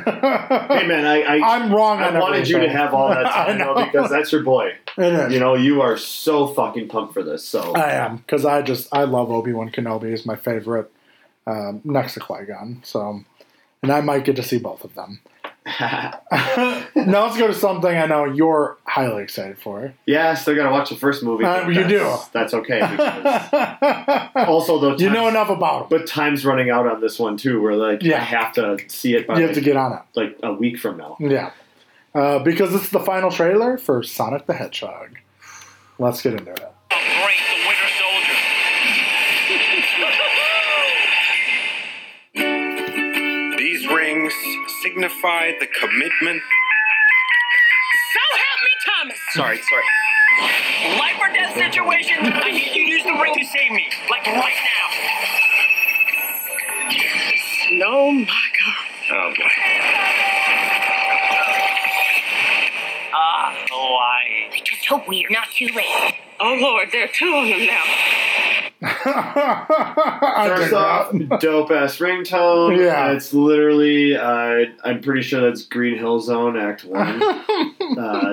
Speaker 2: man, I, I,
Speaker 1: I'm wrong on
Speaker 2: I wanted you to
Speaker 1: everything.
Speaker 2: have all that
Speaker 1: I
Speaker 2: time though,
Speaker 1: know.
Speaker 2: because that's your boy.
Speaker 1: It is.
Speaker 2: You know, you are so fucking pumped for this. So
Speaker 1: I am because I just I love Obi Wan Kenobi is my favorite um, next to Qui Gon. So, and I might get to see both of them. now let's go to something I know you're highly excited for.
Speaker 2: Yeah, I still gotta watch the first movie.
Speaker 1: Uh,
Speaker 2: but
Speaker 1: you do.
Speaker 2: that's- That's okay. Because
Speaker 1: you
Speaker 2: also, though, time's-
Speaker 1: know enough about him.
Speaker 2: But time's running out on this one too. Where like
Speaker 1: Yeah.
Speaker 2: I have to see it by
Speaker 1: You have to
Speaker 2: like-
Speaker 1: get on it.
Speaker 2: like a week from now.
Speaker 1: Yeah, uh, because this is the final trailer for Sonic the Hedgehog. Let's get into it.
Speaker 3: Break the Winter Soldier.
Speaker 8: These rings signify the commitment.
Speaker 4: So help me, Thomas.
Speaker 8: Sorry, sorry.
Speaker 3: Life or death situation. I need you to use the ring to save me, like right now.
Speaker 8: No, my God. Oh boy.
Speaker 3: Ah, Hawaii.
Speaker 4: It's just so weird. Not too late.
Speaker 6: Oh Lord, there are two of them now.
Speaker 1: I dig
Speaker 2: First off,
Speaker 1: that.
Speaker 2: dope ass ringtone.
Speaker 1: Yeah.
Speaker 2: it's literally. Uh, I'm pretty sure that's Green Hill Zone Act One. uh,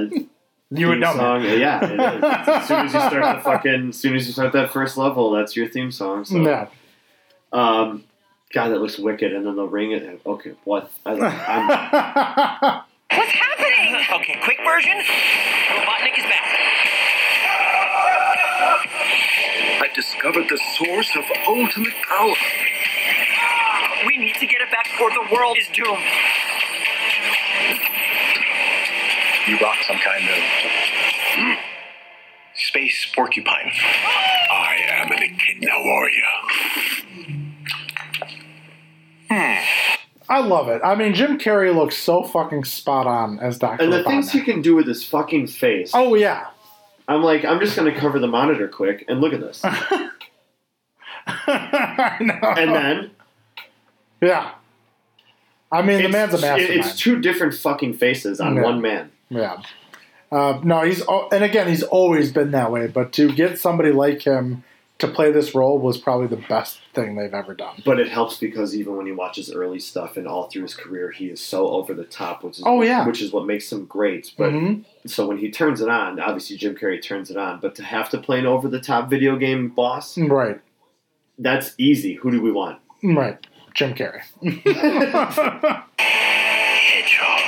Speaker 1: you would
Speaker 2: theme
Speaker 1: know.
Speaker 2: song.
Speaker 1: man.
Speaker 2: Yeah, it is. It's as soon as you start the fucking, as soon as you start that first level, that's your theme song. So.
Speaker 1: Yeah.
Speaker 2: Um, God, that looks wicked. And then the ring. Okay, what? I, I'm,
Speaker 4: What's happening?
Speaker 3: Okay, quick version. Robotnik is back.
Speaker 8: I discovered the source of ultimate power.
Speaker 3: We need to get it back, or the world is doomed.
Speaker 8: You rock some kind of Hmm. space porcupine. I am an echidna warrior.
Speaker 1: I love it. I mean, Jim Carrey looks so fucking spot on as Doctor.
Speaker 2: and the things he can do with his fucking face.
Speaker 1: oh yeah,
Speaker 2: I'm like, I'm just gonna cover the monitor quick and look at this.
Speaker 1: I know.
Speaker 2: And then
Speaker 1: yeah, I mean, the
Speaker 2: it's,
Speaker 1: man's a mastermind.
Speaker 2: it's two different fucking faces on
Speaker 1: Yeah.
Speaker 2: one man.
Speaker 1: yeah. Uh, no, he's al- and again, he's always been that way. But to get somebody like him to play this role was probably the best thing they've ever done.
Speaker 2: But it helps because even when he watches early stuff and all through his career, he is so over the top, which is
Speaker 1: Oh, yeah.
Speaker 2: which is what makes him great. But
Speaker 1: Mhm.
Speaker 2: so when he turns it on, obviously Jim Carrey turns it on. But to have to play an
Speaker 1: Mm.
Speaker 2: over the top video game boss,
Speaker 1: Right,
Speaker 2: that's easy. Who do we want?
Speaker 1: right. Jim Carrey.
Speaker 8: Hedgehog.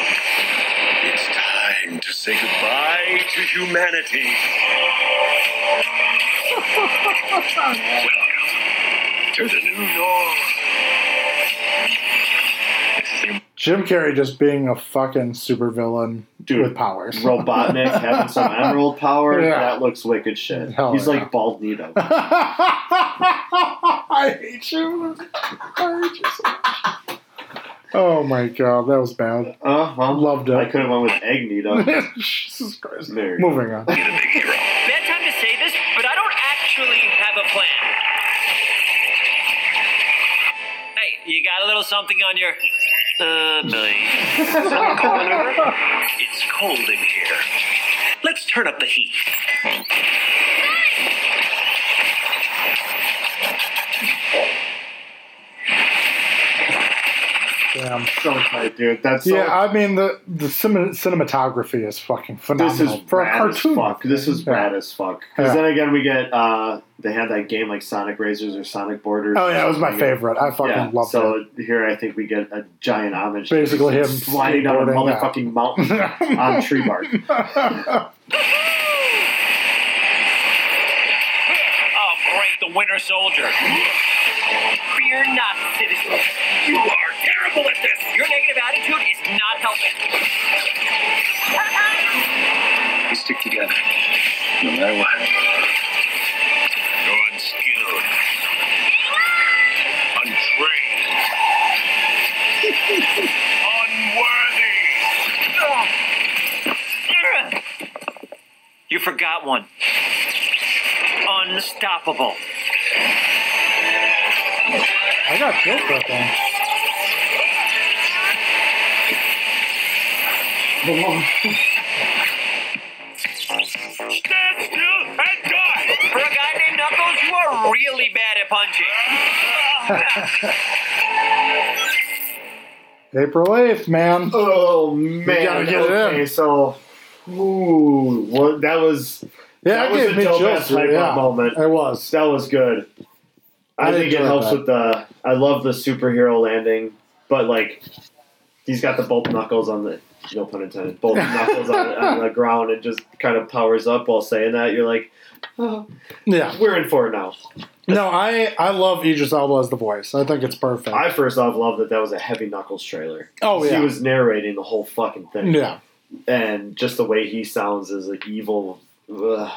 Speaker 8: It's time to say goodbye to humanity. Welcome to the new norm.
Speaker 1: Jim Carrey just being a fucking supervillain
Speaker 2: Dude.
Speaker 1: with powers.
Speaker 2: Robotnik having some emerald power.
Speaker 1: Yeah.
Speaker 2: That looks wicked shit.
Speaker 1: Hell
Speaker 2: He's
Speaker 1: yeah.
Speaker 2: like bald Nito.
Speaker 1: I hate you. I hate you so much. Oh my god, that was bad.
Speaker 2: Uh huh.
Speaker 1: Loved it.
Speaker 2: I could have went with Egg Nito.
Speaker 1: Jesus Christ.
Speaker 2: There you go.
Speaker 1: Moving on.
Speaker 9: Bad time to say this, but I don't actually have a plan. Hey, you got a little something on your. Uh, belly.
Speaker 8: It's cold in here. Let's turn up the heat.
Speaker 1: Damn.
Speaker 2: so tight, dude. That's so
Speaker 1: yeah, I mean the the cine- cinematography is fucking
Speaker 2: This
Speaker 1: phenomenal
Speaker 2: is
Speaker 1: for a
Speaker 2: rad
Speaker 1: cartoon.
Speaker 2: As fuck. This is
Speaker 1: Yeah.
Speaker 2: rad as fuck. Because
Speaker 1: Yeah.
Speaker 2: then again, we get uh, they had that game like Sonic Razors or Sonic Borders.
Speaker 1: Oh yeah, it was my favorite. I fucking
Speaker 2: Yeah,
Speaker 1: loved
Speaker 2: so here I think we get a giant homage. to
Speaker 1: Basically him
Speaker 2: sliding down a
Speaker 1: skateboarding, yeah.
Speaker 2: motherfucking mountain on tree bark.
Speaker 1: it.
Speaker 9: Oh, great, the Winter Soldier. Fear not, citizen. You are terrible at this. Your negative attitude is not helping.
Speaker 7: We stick together. No matter what.
Speaker 8: You're unskilled. Untrained. Unworthy.
Speaker 9: You forgot one. Unstoppable.
Speaker 1: I got killed that thing.
Speaker 9: Stand still and die! For a guy named Knuckles, you are really bad at punching.
Speaker 1: April eighth, man.
Speaker 2: Oh man!
Speaker 1: gotta get it
Speaker 2: okay,
Speaker 1: in.
Speaker 2: so ooh, what that was?
Speaker 1: Yeah,
Speaker 2: that
Speaker 1: that
Speaker 2: was
Speaker 1: gave
Speaker 2: a
Speaker 1: me
Speaker 2: dope
Speaker 1: chills.
Speaker 2: ass hype up
Speaker 1: Yeah,
Speaker 2: moment.
Speaker 1: it was.
Speaker 2: That was good. I,
Speaker 1: I
Speaker 2: think it
Speaker 1: enjoyed
Speaker 2: helps
Speaker 1: that.
Speaker 2: with the. I love the superhero landing, but like, he's got the both knuckles on the. No pun intended. Both knuckles on, on the ground and just kind of powers up while saying that. You're like,
Speaker 1: Yeah.
Speaker 2: we're in for it now.
Speaker 1: No, I I love Idris Elba as the voice. I think it's perfect.
Speaker 2: I first off loved that that was a heavy knuckles trailer.
Speaker 1: Oh, yeah.
Speaker 2: he was narrating the whole fucking thing.
Speaker 1: yeah,
Speaker 2: and just the way he sounds is like evil. Ugh,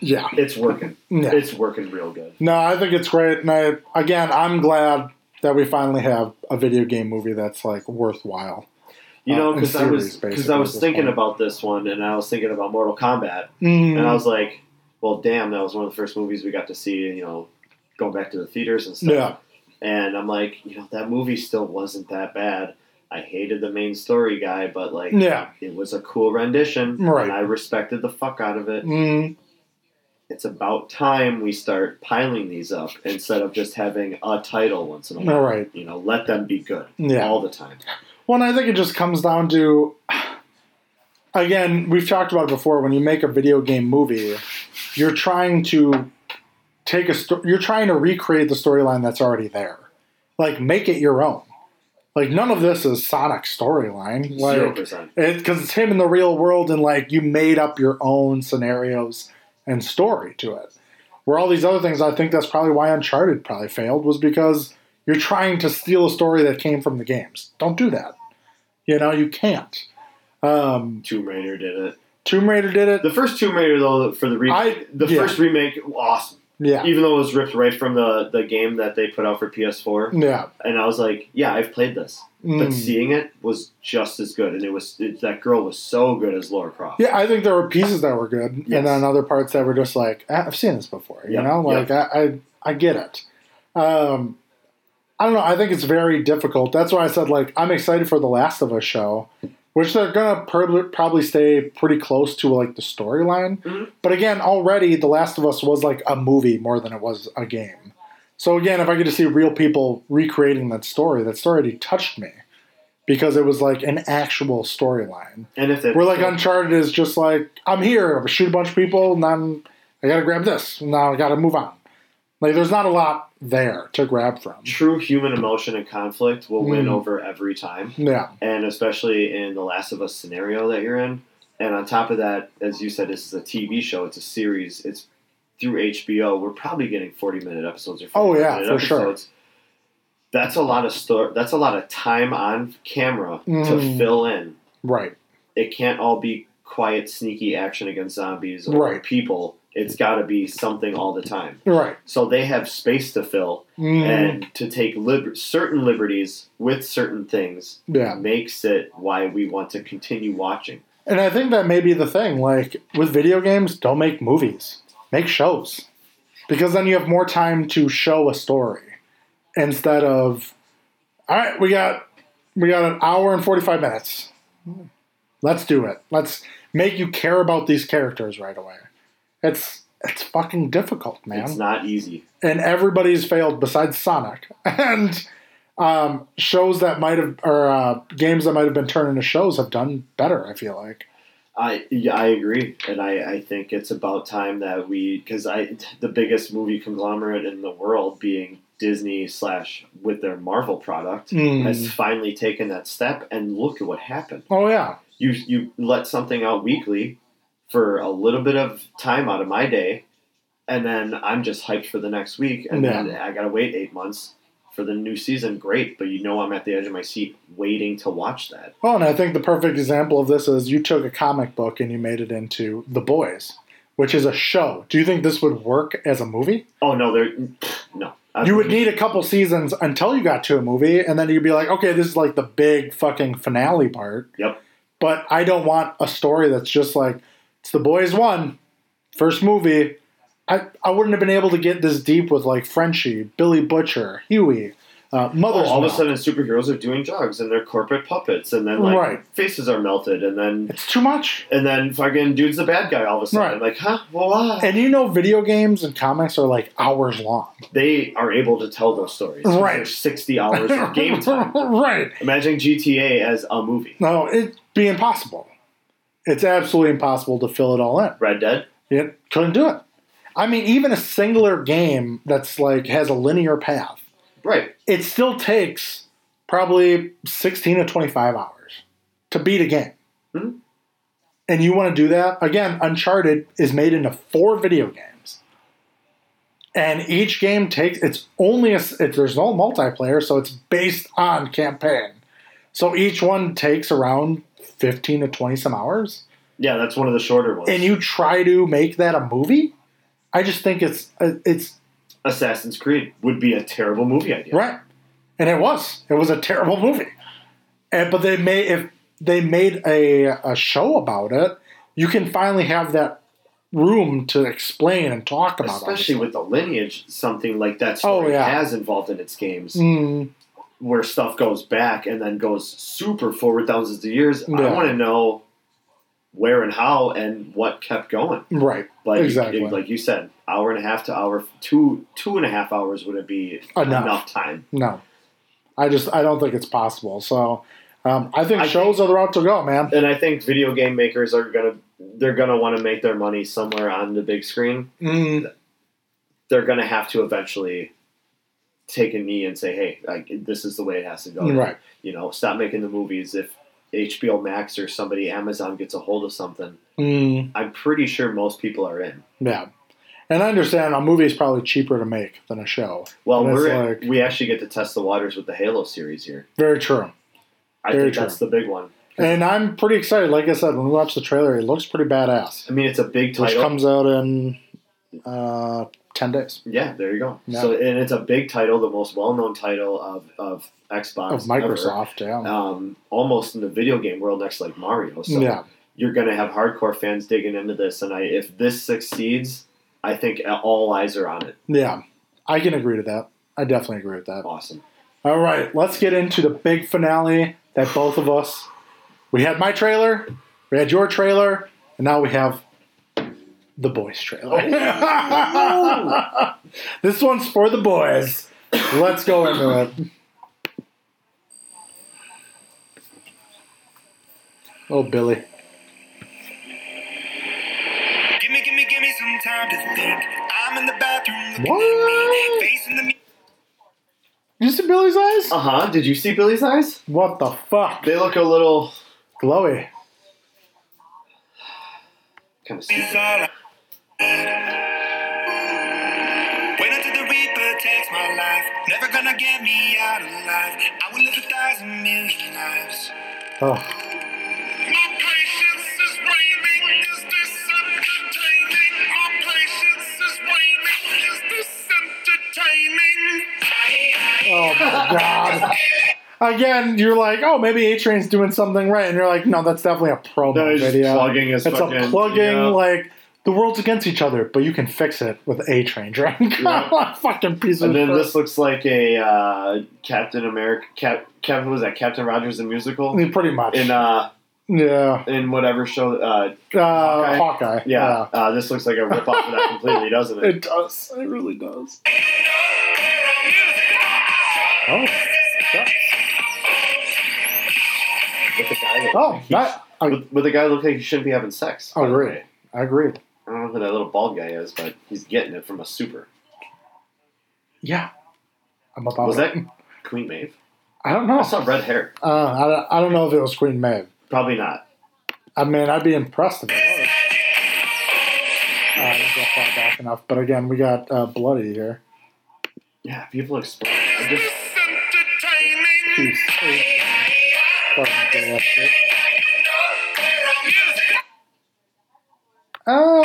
Speaker 1: yeah,
Speaker 2: it's working.
Speaker 1: yeah.
Speaker 2: It's working real good.
Speaker 1: No, I think it's great, and I, again, I'm glad that we finally have a video game movie that's like worthwhile.
Speaker 2: You
Speaker 1: Uh,
Speaker 2: know,
Speaker 1: and
Speaker 2: because I was
Speaker 1: series,
Speaker 2: because
Speaker 1: basically,
Speaker 2: I
Speaker 1: at
Speaker 2: was
Speaker 1: this
Speaker 2: thinking
Speaker 1: point.
Speaker 2: about this one, and I was thinking about Mortal Kombat,
Speaker 1: Mm,
Speaker 2: and I was like, well, damn, that was one of the first movies we got to see. You know, going back to the theaters and stuff.
Speaker 1: Mm. yeah,
Speaker 2: And I'm like, you know, that movie still wasn't that bad. I hated the main story guy, but like,
Speaker 1: yeah,
Speaker 2: it was a cool rendition,
Speaker 1: Right.
Speaker 2: and I respected the fuck out of it.
Speaker 1: mm,
Speaker 2: it's about time we start piling these up instead of just having a title once in a
Speaker 1: all
Speaker 2: while.
Speaker 1: right.
Speaker 2: You know, let them be good
Speaker 1: Yeah.
Speaker 2: all the time.
Speaker 1: Well, and I think it just comes down to, again, we've talked about it before. When you make a video game movie, you're trying to take a sto- you're trying to recreate the storyline that's already there. Like, make it your own. Like, none of this is Sonic's storyline.
Speaker 2: Zero
Speaker 1: Like,
Speaker 2: percent.
Speaker 1: because it's him in the real world and like you made up your own scenarios and story to it where all these other things i think that's probably why uncharted probably failed was because you're trying to steal a story that came from the games don't do that you know you can't um,
Speaker 2: Tomb Raider did it.
Speaker 1: tomb raider did it
Speaker 2: The first Tomb Raider though for the remake,
Speaker 1: I-
Speaker 2: the
Speaker 1: yeah.
Speaker 2: first remake, awesome.
Speaker 1: yeah
Speaker 2: Even though it was ripped right from the the game that they put out for PS4,
Speaker 1: yeah
Speaker 2: and I was like, yeah, I've played this. But
Speaker 1: Mm.
Speaker 2: seeing it was just as good, and it was it, that girl was so good as Laura Croft.
Speaker 1: yeah i think there were pieces that were good
Speaker 2: Yes.
Speaker 1: and then other parts that were just like "Ah, i've seen this before you
Speaker 2: Yeah,
Speaker 1: know like I, I i get it um I don't know. I think it's very difficult. That's why I said like I'm excited for the Last of Us show, which they're gonna per- probably stay pretty close to like the storyline.
Speaker 2: Mhm.
Speaker 1: But again, already the Last of Us was like a movie more than it was a game. So again, if I get to see real people recreating that story, that story already touched me because it was like an actual storyline.
Speaker 2: And if they
Speaker 1: Where like Uncharted is just like I'm here, I'm gonna shoot a bunch of people, and then I gotta grab this. Now I gotta move on. Like there's not a lot there to grab from.
Speaker 2: True human emotion and conflict will win
Speaker 1: Mm.
Speaker 2: over every time.
Speaker 1: Yeah.
Speaker 2: and especially in the Last of Us scenario that you're in. And on top of that, as you said, this is a TV show. It's a series. It's through HBO. We're probably getting 40 minute episodes or 40
Speaker 1: Oh, yeah,
Speaker 2: minute
Speaker 1: for sure.
Speaker 2: episodes. That's a lot of store. That's a lot of time on camera
Speaker 1: Mm.
Speaker 2: to fill in.
Speaker 1: Right.
Speaker 2: It can't all be quiet, sneaky action against zombies or
Speaker 1: Right.
Speaker 2: people. It's got to be something all the time.
Speaker 1: Right.
Speaker 2: So they have space to fill
Speaker 1: Mm,
Speaker 2: and to take liber- certain liberties with certain things
Speaker 1: yeah.
Speaker 2: makes it why we want to continue watching.
Speaker 1: And I think that may be the thing. Like with video games, don't make movies. Make shows. Because then you have more time to show a story instead of all right, we got we got an hour and 45 minutes. Let's do it. Let's make you care about these characters right away. It's it's fucking difficult, man.
Speaker 2: It's not easy.
Speaker 1: and everybody's failed besides Sonic, and um, shows that might have or uh, games that might have been turned into shows have done better. I feel like
Speaker 2: I yeah, I agree, and I, I think it's about time that we because I the biggest movie conglomerate in the world being Disney slash with their Marvel product
Speaker 1: Mm.
Speaker 2: has finally taken that step, and look at what happened.
Speaker 1: oh yeah,
Speaker 2: You you let something out weekly for a little bit of time out of my day, and then I'm just hyped for the next week, and then I gotta wait eight months for the new season. Great, but you know I'm at the edge of my seat waiting to watch that.
Speaker 1: oh and I think the perfect example of this is you took a comic book and you made it into The Boys, which is a show. Do you think this would work as a movie?
Speaker 2: Oh no, there no. I
Speaker 1: You would
Speaker 2: believe-
Speaker 1: need a couple seasons until you got to a movie, and then you'd be like, okay, this is like the big fucking finale part.
Speaker 2: Yep.
Speaker 1: But I don't want a story that's just like, it's the boys one, first movie. I, I wouldn't have been able to get this deep with like Frenchie, Billy Butcher, Huey, uh,
Speaker 2: Oh,
Speaker 1: Mother's
Speaker 2: all of a
Speaker 1: Milk.
Speaker 2: sudden, superheroes are doing drugs and they're corporate puppets, and then like
Speaker 1: Right.
Speaker 2: faces are melted, and then
Speaker 1: It's too much.
Speaker 2: and then fucking dude's the bad guy all of a sudden.
Speaker 1: Right.
Speaker 2: Like, huh? Well, why?
Speaker 1: And you know, video games and comics are like hours long.
Speaker 2: they are able to tell those stories. 'cause
Speaker 1: Right.
Speaker 2: there's sixty hours of game time.
Speaker 1: right.
Speaker 2: Imagine GTA as a movie.
Speaker 1: No, it'd be impossible. It's absolutely impossible to fill it all in.
Speaker 2: Red Dead.
Speaker 1: It couldn't do it. I mean, even a singular game that's like has a linear path,
Speaker 2: Right.
Speaker 1: it still takes probably 16 to 25 hours to beat a game.
Speaker 2: Mhm.
Speaker 1: And you want to do that? Again, Uncharted is made into four video games. And each game takes it's only a s- it, there's no multiplayer, so it's based on campaign. So each one takes around 15 to 20 some hours
Speaker 2: Yeah, that's one of the shorter ones.
Speaker 1: and you try to make that a movie, I just think it's uh, it's
Speaker 2: Assassin's Creed would be a terrible movie idea.
Speaker 1: right, and it was it was a terrible movie, and but they made if they made a a show about it, you can finally have that room to explain and talk about
Speaker 2: Especially
Speaker 1: it.
Speaker 2: with the lineage, something like that
Speaker 1: Oh,
Speaker 2: story
Speaker 1: yeah.
Speaker 2: has involved in its games.
Speaker 1: Mm,
Speaker 2: where stuff goes back and then goes super forward thousands of years. I
Speaker 1: Yeah.
Speaker 2: want to know where and how and what kept going.
Speaker 1: right,
Speaker 2: Like
Speaker 1: Exactly.
Speaker 2: it- like you said, hour and a half to hour, two two and a half hours would it be
Speaker 1: Enough.
Speaker 2: enough, time?
Speaker 1: no, I just I don't think it's possible. So um, I think
Speaker 2: I
Speaker 1: shows are the route to go, man.
Speaker 2: And I think video game makers are gonna they're gonna want to make their money somewhere on the big screen.
Speaker 1: Mm,
Speaker 2: They're gonna have to eventually take a knee and say, hey, like this is the way it has to go.
Speaker 1: right,
Speaker 2: You know, stop making the movies if. HBO Max or somebody, Amazon gets a hold of something.
Speaker 1: mm.
Speaker 2: I'm pretty sure most people are in.
Speaker 1: Yeah. And I understand a movie is probably cheaper to make than a show.
Speaker 2: Well,
Speaker 1: And it's
Speaker 2: we're
Speaker 1: like-
Speaker 2: we actually get to test the waters with the Halo series here.
Speaker 1: Very true.
Speaker 2: I
Speaker 1: Very
Speaker 2: think that's the big one.
Speaker 1: And I'm pretty excited. Like I said, when we watched the trailer, it looks pretty badass.
Speaker 2: I mean, it's a big
Speaker 1: Which
Speaker 2: title.
Speaker 1: comes out in uh, 10 days
Speaker 2: yeah, there you go.
Speaker 1: Yeah.
Speaker 2: So, and it's a big title, the most well-known title of of Xbox
Speaker 1: of
Speaker 2: ever.
Speaker 1: Microsoft. Yeah.
Speaker 2: Um, almost in the video game world, next to, like Mario. So
Speaker 1: yeah.
Speaker 2: you're gonna have hardcore fans digging into this, and I if this succeeds, I think all eyes are on it.
Speaker 1: Yeah. I can agree to that. I definitely agree with that.
Speaker 2: Awesome.
Speaker 1: All right. Let's get into the big finale that both of us. We had my trailer, we had your trailer, and now we have the boys' trailer. this one's for the boys. Let's go into it. Oh, Billy.
Speaker 8: Gimme, gimme, gimme some time to think. I I'm in the bathroom looking
Speaker 1: What?
Speaker 8: facing the mirror.
Speaker 1: You see Billy's eyes?
Speaker 2: Uh huh. Did you see Billy's eyes?
Speaker 1: What the fuck?
Speaker 2: They look a little
Speaker 1: Glowy.
Speaker 2: kind of stupid.
Speaker 8: Wait until the Reaper takes my life. Never gonna get me out alive. I will live a thousand million lives.
Speaker 1: Oh,
Speaker 8: My patience is waning. Is this entertaining? My patience is waning. Is this entertaining?
Speaker 1: oh my god. Again, you're like, oh, maybe A Train's doing something right, and you're like, no, that's definitely a promo
Speaker 2: No, he's just
Speaker 1: Oh, video.
Speaker 2: plugging his
Speaker 1: it's
Speaker 2: fucking-
Speaker 1: a plugging
Speaker 2: yeah.
Speaker 1: like the world's against each other, but you can fix it with A Train drunk.
Speaker 2: Yeah.
Speaker 1: fucking piece of
Speaker 2: And then
Speaker 1: shit.
Speaker 2: this looks like a uh, Captain America. Cap, Captain was that Captain Rogers the
Speaker 1: I
Speaker 2: musical
Speaker 1: mean, pretty much.
Speaker 2: in uh
Speaker 1: yeah.
Speaker 2: in whatever show. Uh,
Speaker 1: Uh,
Speaker 2: Hawkeye.
Speaker 1: Hawkeye.
Speaker 2: yeah, uh, this looks like a rip off of that completely, doesn't
Speaker 1: Yeah.
Speaker 2: it?
Speaker 1: It does. It really does. Oh. yeah.
Speaker 2: With the guy that-
Speaker 1: Oh, that, I,
Speaker 2: But, but the guy looked like he shouldn't be having sex.
Speaker 1: I agree. I agree.
Speaker 2: I don't know who that little bald guy is, but he's getting it from a super.
Speaker 1: Yeah. I'm about
Speaker 2: Was
Speaker 1: it.
Speaker 2: that Queen Maeve?
Speaker 1: I don't
Speaker 2: I
Speaker 1: know.
Speaker 2: saw red hair.
Speaker 1: Uh, I, don't- I don't know if it was Queen Maeve.
Speaker 2: Probably not.
Speaker 1: I mean, I'd be impressed if it was. Uh, I didn't go far back enough, but again, we got uh, bloody here.
Speaker 2: Yeah, people explode. I just
Speaker 1: Jeez. Fucking bastard. Uh,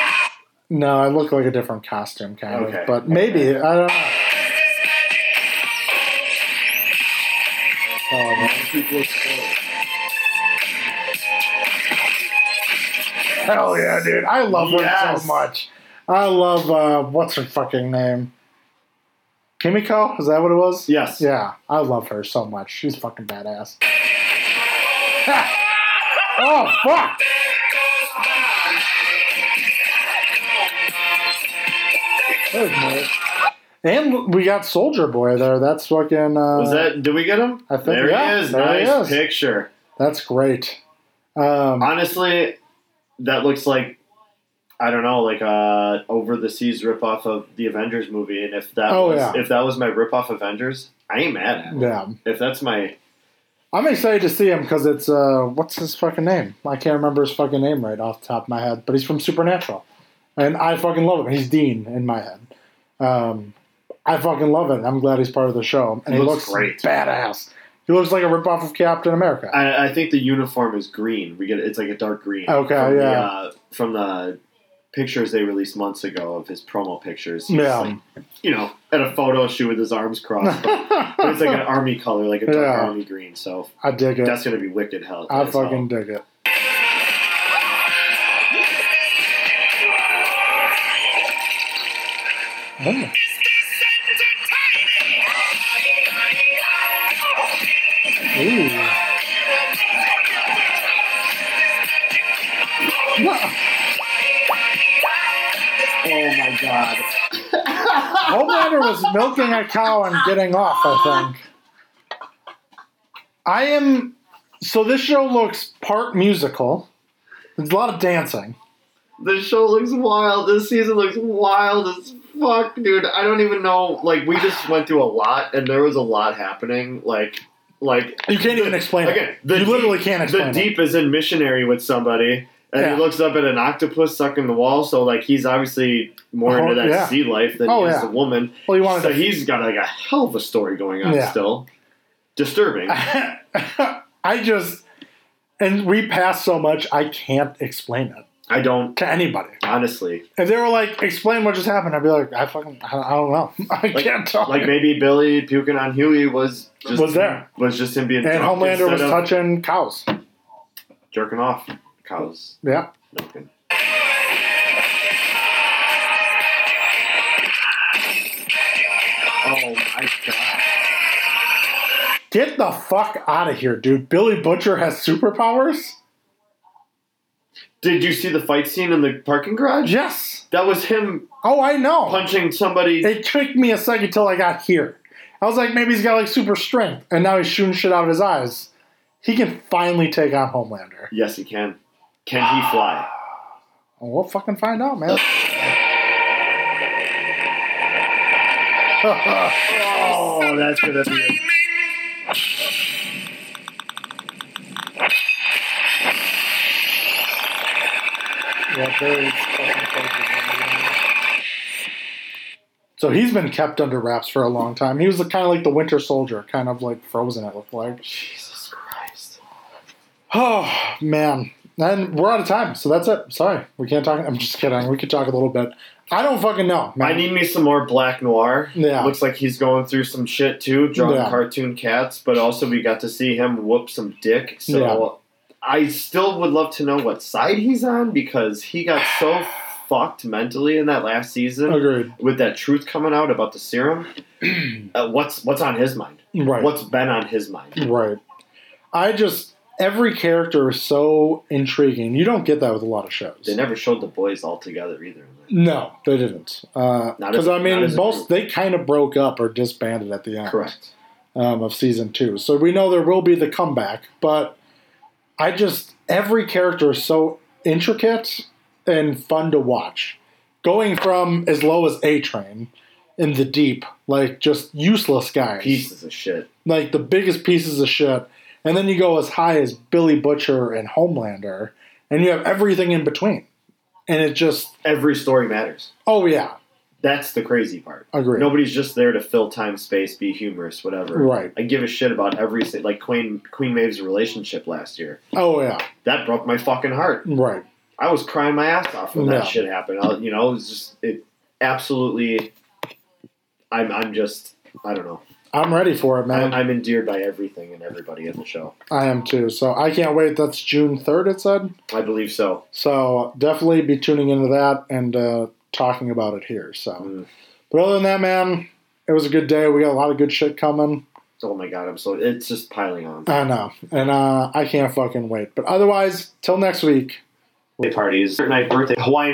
Speaker 1: no, I look like a different costume, kind
Speaker 2: Okay.
Speaker 1: of. But maybe I don't know. Oh, no.
Speaker 2: people explode.
Speaker 1: Hell yeah, dude! I love her
Speaker 2: Yes.
Speaker 1: so much. I love uh, what's her fucking name? Kimiko? Is that what it was?
Speaker 2: Yes.
Speaker 1: Yeah, I love her so much. She's fucking badass. oh fuck! That was nice. And we got Soldier Boy there. That's fucking. Uh,
Speaker 2: Was that? Did we get him?
Speaker 1: I think-
Speaker 2: there
Speaker 1: yeah,
Speaker 2: he is.
Speaker 1: there he is.
Speaker 2: nice picture.
Speaker 1: That's great. Um,
Speaker 2: Honestly, that looks like I don't know, like a over the seas ripoff of the Avengers movie. And if that
Speaker 1: Oh,
Speaker 2: was
Speaker 1: yeah.
Speaker 2: if that was my ripoff Avengers, I ain't mad at it.
Speaker 1: yeah,
Speaker 2: If that's my
Speaker 1: I'm excited to see him because it's uh, what's his fucking name? I can't remember his fucking name right off the top of my head, but he's from Supernatural, and I fucking love him. He's Dean in my head. Um, I fucking love it. I'm glad he's part of the show, and
Speaker 2: He
Speaker 1: he,
Speaker 2: looks
Speaker 1: looks,
Speaker 2: great.
Speaker 1: badass. He looks like a ripoff of Captain America.
Speaker 2: I, I think the uniform is green. We get it's like a dark green.
Speaker 1: Okay,
Speaker 2: from The,
Speaker 1: yeah.
Speaker 2: uh, from the pictures they released months ago of his promo pictures. He's
Speaker 1: Yeah.
Speaker 2: like, you know, at a photo shoot with his arms crossed. But but it's like an army color, like a dark
Speaker 1: Yeah.
Speaker 2: army green. So
Speaker 1: I dig it.
Speaker 2: that's gonna be wicked hell.
Speaker 1: I
Speaker 2: as hell.
Speaker 1: fucking dig it. Oh. Ooh.
Speaker 2: Oh my god.
Speaker 1: Homelander was milking a cow and getting off, I think. I am. So this show looks part musical. There's a lot of dancing.
Speaker 2: This show looks wild. This season looks wild as fuck, dude. I don't even know. Like we just went through a lot, and there was a lot happening. Like, like
Speaker 1: You can't even explain
Speaker 2: Okay,
Speaker 1: it. you literally can't
Speaker 2: The
Speaker 1: explain it.
Speaker 2: deep is in missionary with somebody, and
Speaker 1: Yeah.
Speaker 2: he looks up at an octopus sucking the wall. So like he's obviously more
Speaker 1: Oh,
Speaker 2: into that
Speaker 1: yeah.
Speaker 2: sea life than
Speaker 1: Oh,
Speaker 2: he is
Speaker 1: yeah.
Speaker 2: the woman.
Speaker 1: Well, you wanted
Speaker 2: So
Speaker 1: to-
Speaker 2: he's got like a hell of a story going on
Speaker 1: Yeah.
Speaker 2: still. Disturbing.
Speaker 1: I just and we pass so much I can't explain it
Speaker 2: I don't
Speaker 1: to anybody.
Speaker 2: honestly
Speaker 1: If they were like, explain what just happened, I'd be like, I fucking, I I don't know, I
Speaker 2: like,
Speaker 1: can't tell.
Speaker 2: like maybe Billy puking on Huey was just
Speaker 1: Was there.
Speaker 2: was just him being
Speaker 1: and
Speaker 2: drunk
Speaker 1: Homelander was
Speaker 2: instead of
Speaker 1: touching cows.
Speaker 2: jerking off cows.
Speaker 1: Yeah,
Speaker 2: milking. Oh my god.
Speaker 1: get the fuck out of here, dude. Billy Butcher has superpowers.
Speaker 2: Did you see the fight scene in the parking garage?
Speaker 1: Yes.
Speaker 2: That was him
Speaker 1: Oh, I know.
Speaker 2: punching somebody.
Speaker 1: It took me a second till I got here. I was like, maybe he's got like super strength, and now he's shooting shit out of his eyes. He can finally take on Homelander.
Speaker 2: Yes, he can. Can he fly?
Speaker 1: And we'll fucking find out, man. oh, that's gonna be. it. Yeah, there is fucking crazy. So he's been kept under wraps for a long time. He was kind of like the Winter Soldier, kind of like Frozen. It looked like.
Speaker 2: Jesus Christ.
Speaker 1: Oh man, and we're out of time, so that's it. Sorry, we can't talk. I'm just kidding. We could talk a little bit. I don't fucking know, man.
Speaker 2: I need me some more Black Noir.
Speaker 1: Yeah.
Speaker 2: Looks like he's going through some shit too, drawing
Speaker 1: Yeah.
Speaker 2: cartoon cats, but also we got to see him whoop some dick. So I still would love to know what side he's on because he got so fucked mentally in that last season
Speaker 1: Agreed.
Speaker 2: with that truth coming out about the serum. uh, what's what's on his mind?
Speaker 1: Right.
Speaker 2: What's been on his mind?
Speaker 1: Right. I just every character is so intriguing. You don't get that with a lot of shows.
Speaker 2: They never showed the boys all together either.
Speaker 1: No, they didn't.
Speaker 2: Not as-
Speaker 1: Because I
Speaker 2: not as
Speaker 1: mean,
Speaker 2: a
Speaker 1: most
Speaker 2: group.
Speaker 1: they kind of broke up or disbanded at the end
Speaker 2: Correct.
Speaker 1: um, of season two. So we know there will be the comeback, but I just every character is so intricate and fun to watch. Going from as low as A Train in the deep, like just useless guys
Speaker 2: Pieces of shit.
Speaker 1: like the biggest pieces of shit, and then you go as high as Billy Butcher and Homelander, and you have everything in between. And it just,
Speaker 2: Every story matters.
Speaker 1: oh yeah,
Speaker 2: That's the crazy part.
Speaker 1: Agreed.
Speaker 2: Nobody's just there to fill time, space, be humorous, whatever.
Speaker 1: Right.
Speaker 2: I give a shit about every si- like Queen Queen Maeve's relationship last year.
Speaker 1: oh yeah,
Speaker 2: That broke my fucking heart.
Speaker 1: right,
Speaker 2: I was crying my ass off when
Speaker 1: No.
Speaker 2: that shit happened. I, you know, it's just it absolutely. I'm I'm just I don't know.
Speaker 1: I'm ready for it,
Speaker 2: I'm,
Speaker 1: man. I,
Speaker 2: I'm endeared by everything and everybody in the show.
Speaker 1: am too. So I can't wait. That's June third. It said.
Speaker 2: I believe so.
Speaker 1: So definitely be tuning into that and uh, talking about it here. So,
Speaker 2: Mm.
Speaker 1: but other than that, man, it was a good day. We got a lot of good shit coming.
Speaker 2: Oh my god, I'm so it's just piling on.
Speaker 1: I know, and uh, I can't fucking wait. But otherwise, till next week.
Speaker 2: Birthday parties, night birthday, Hawaiian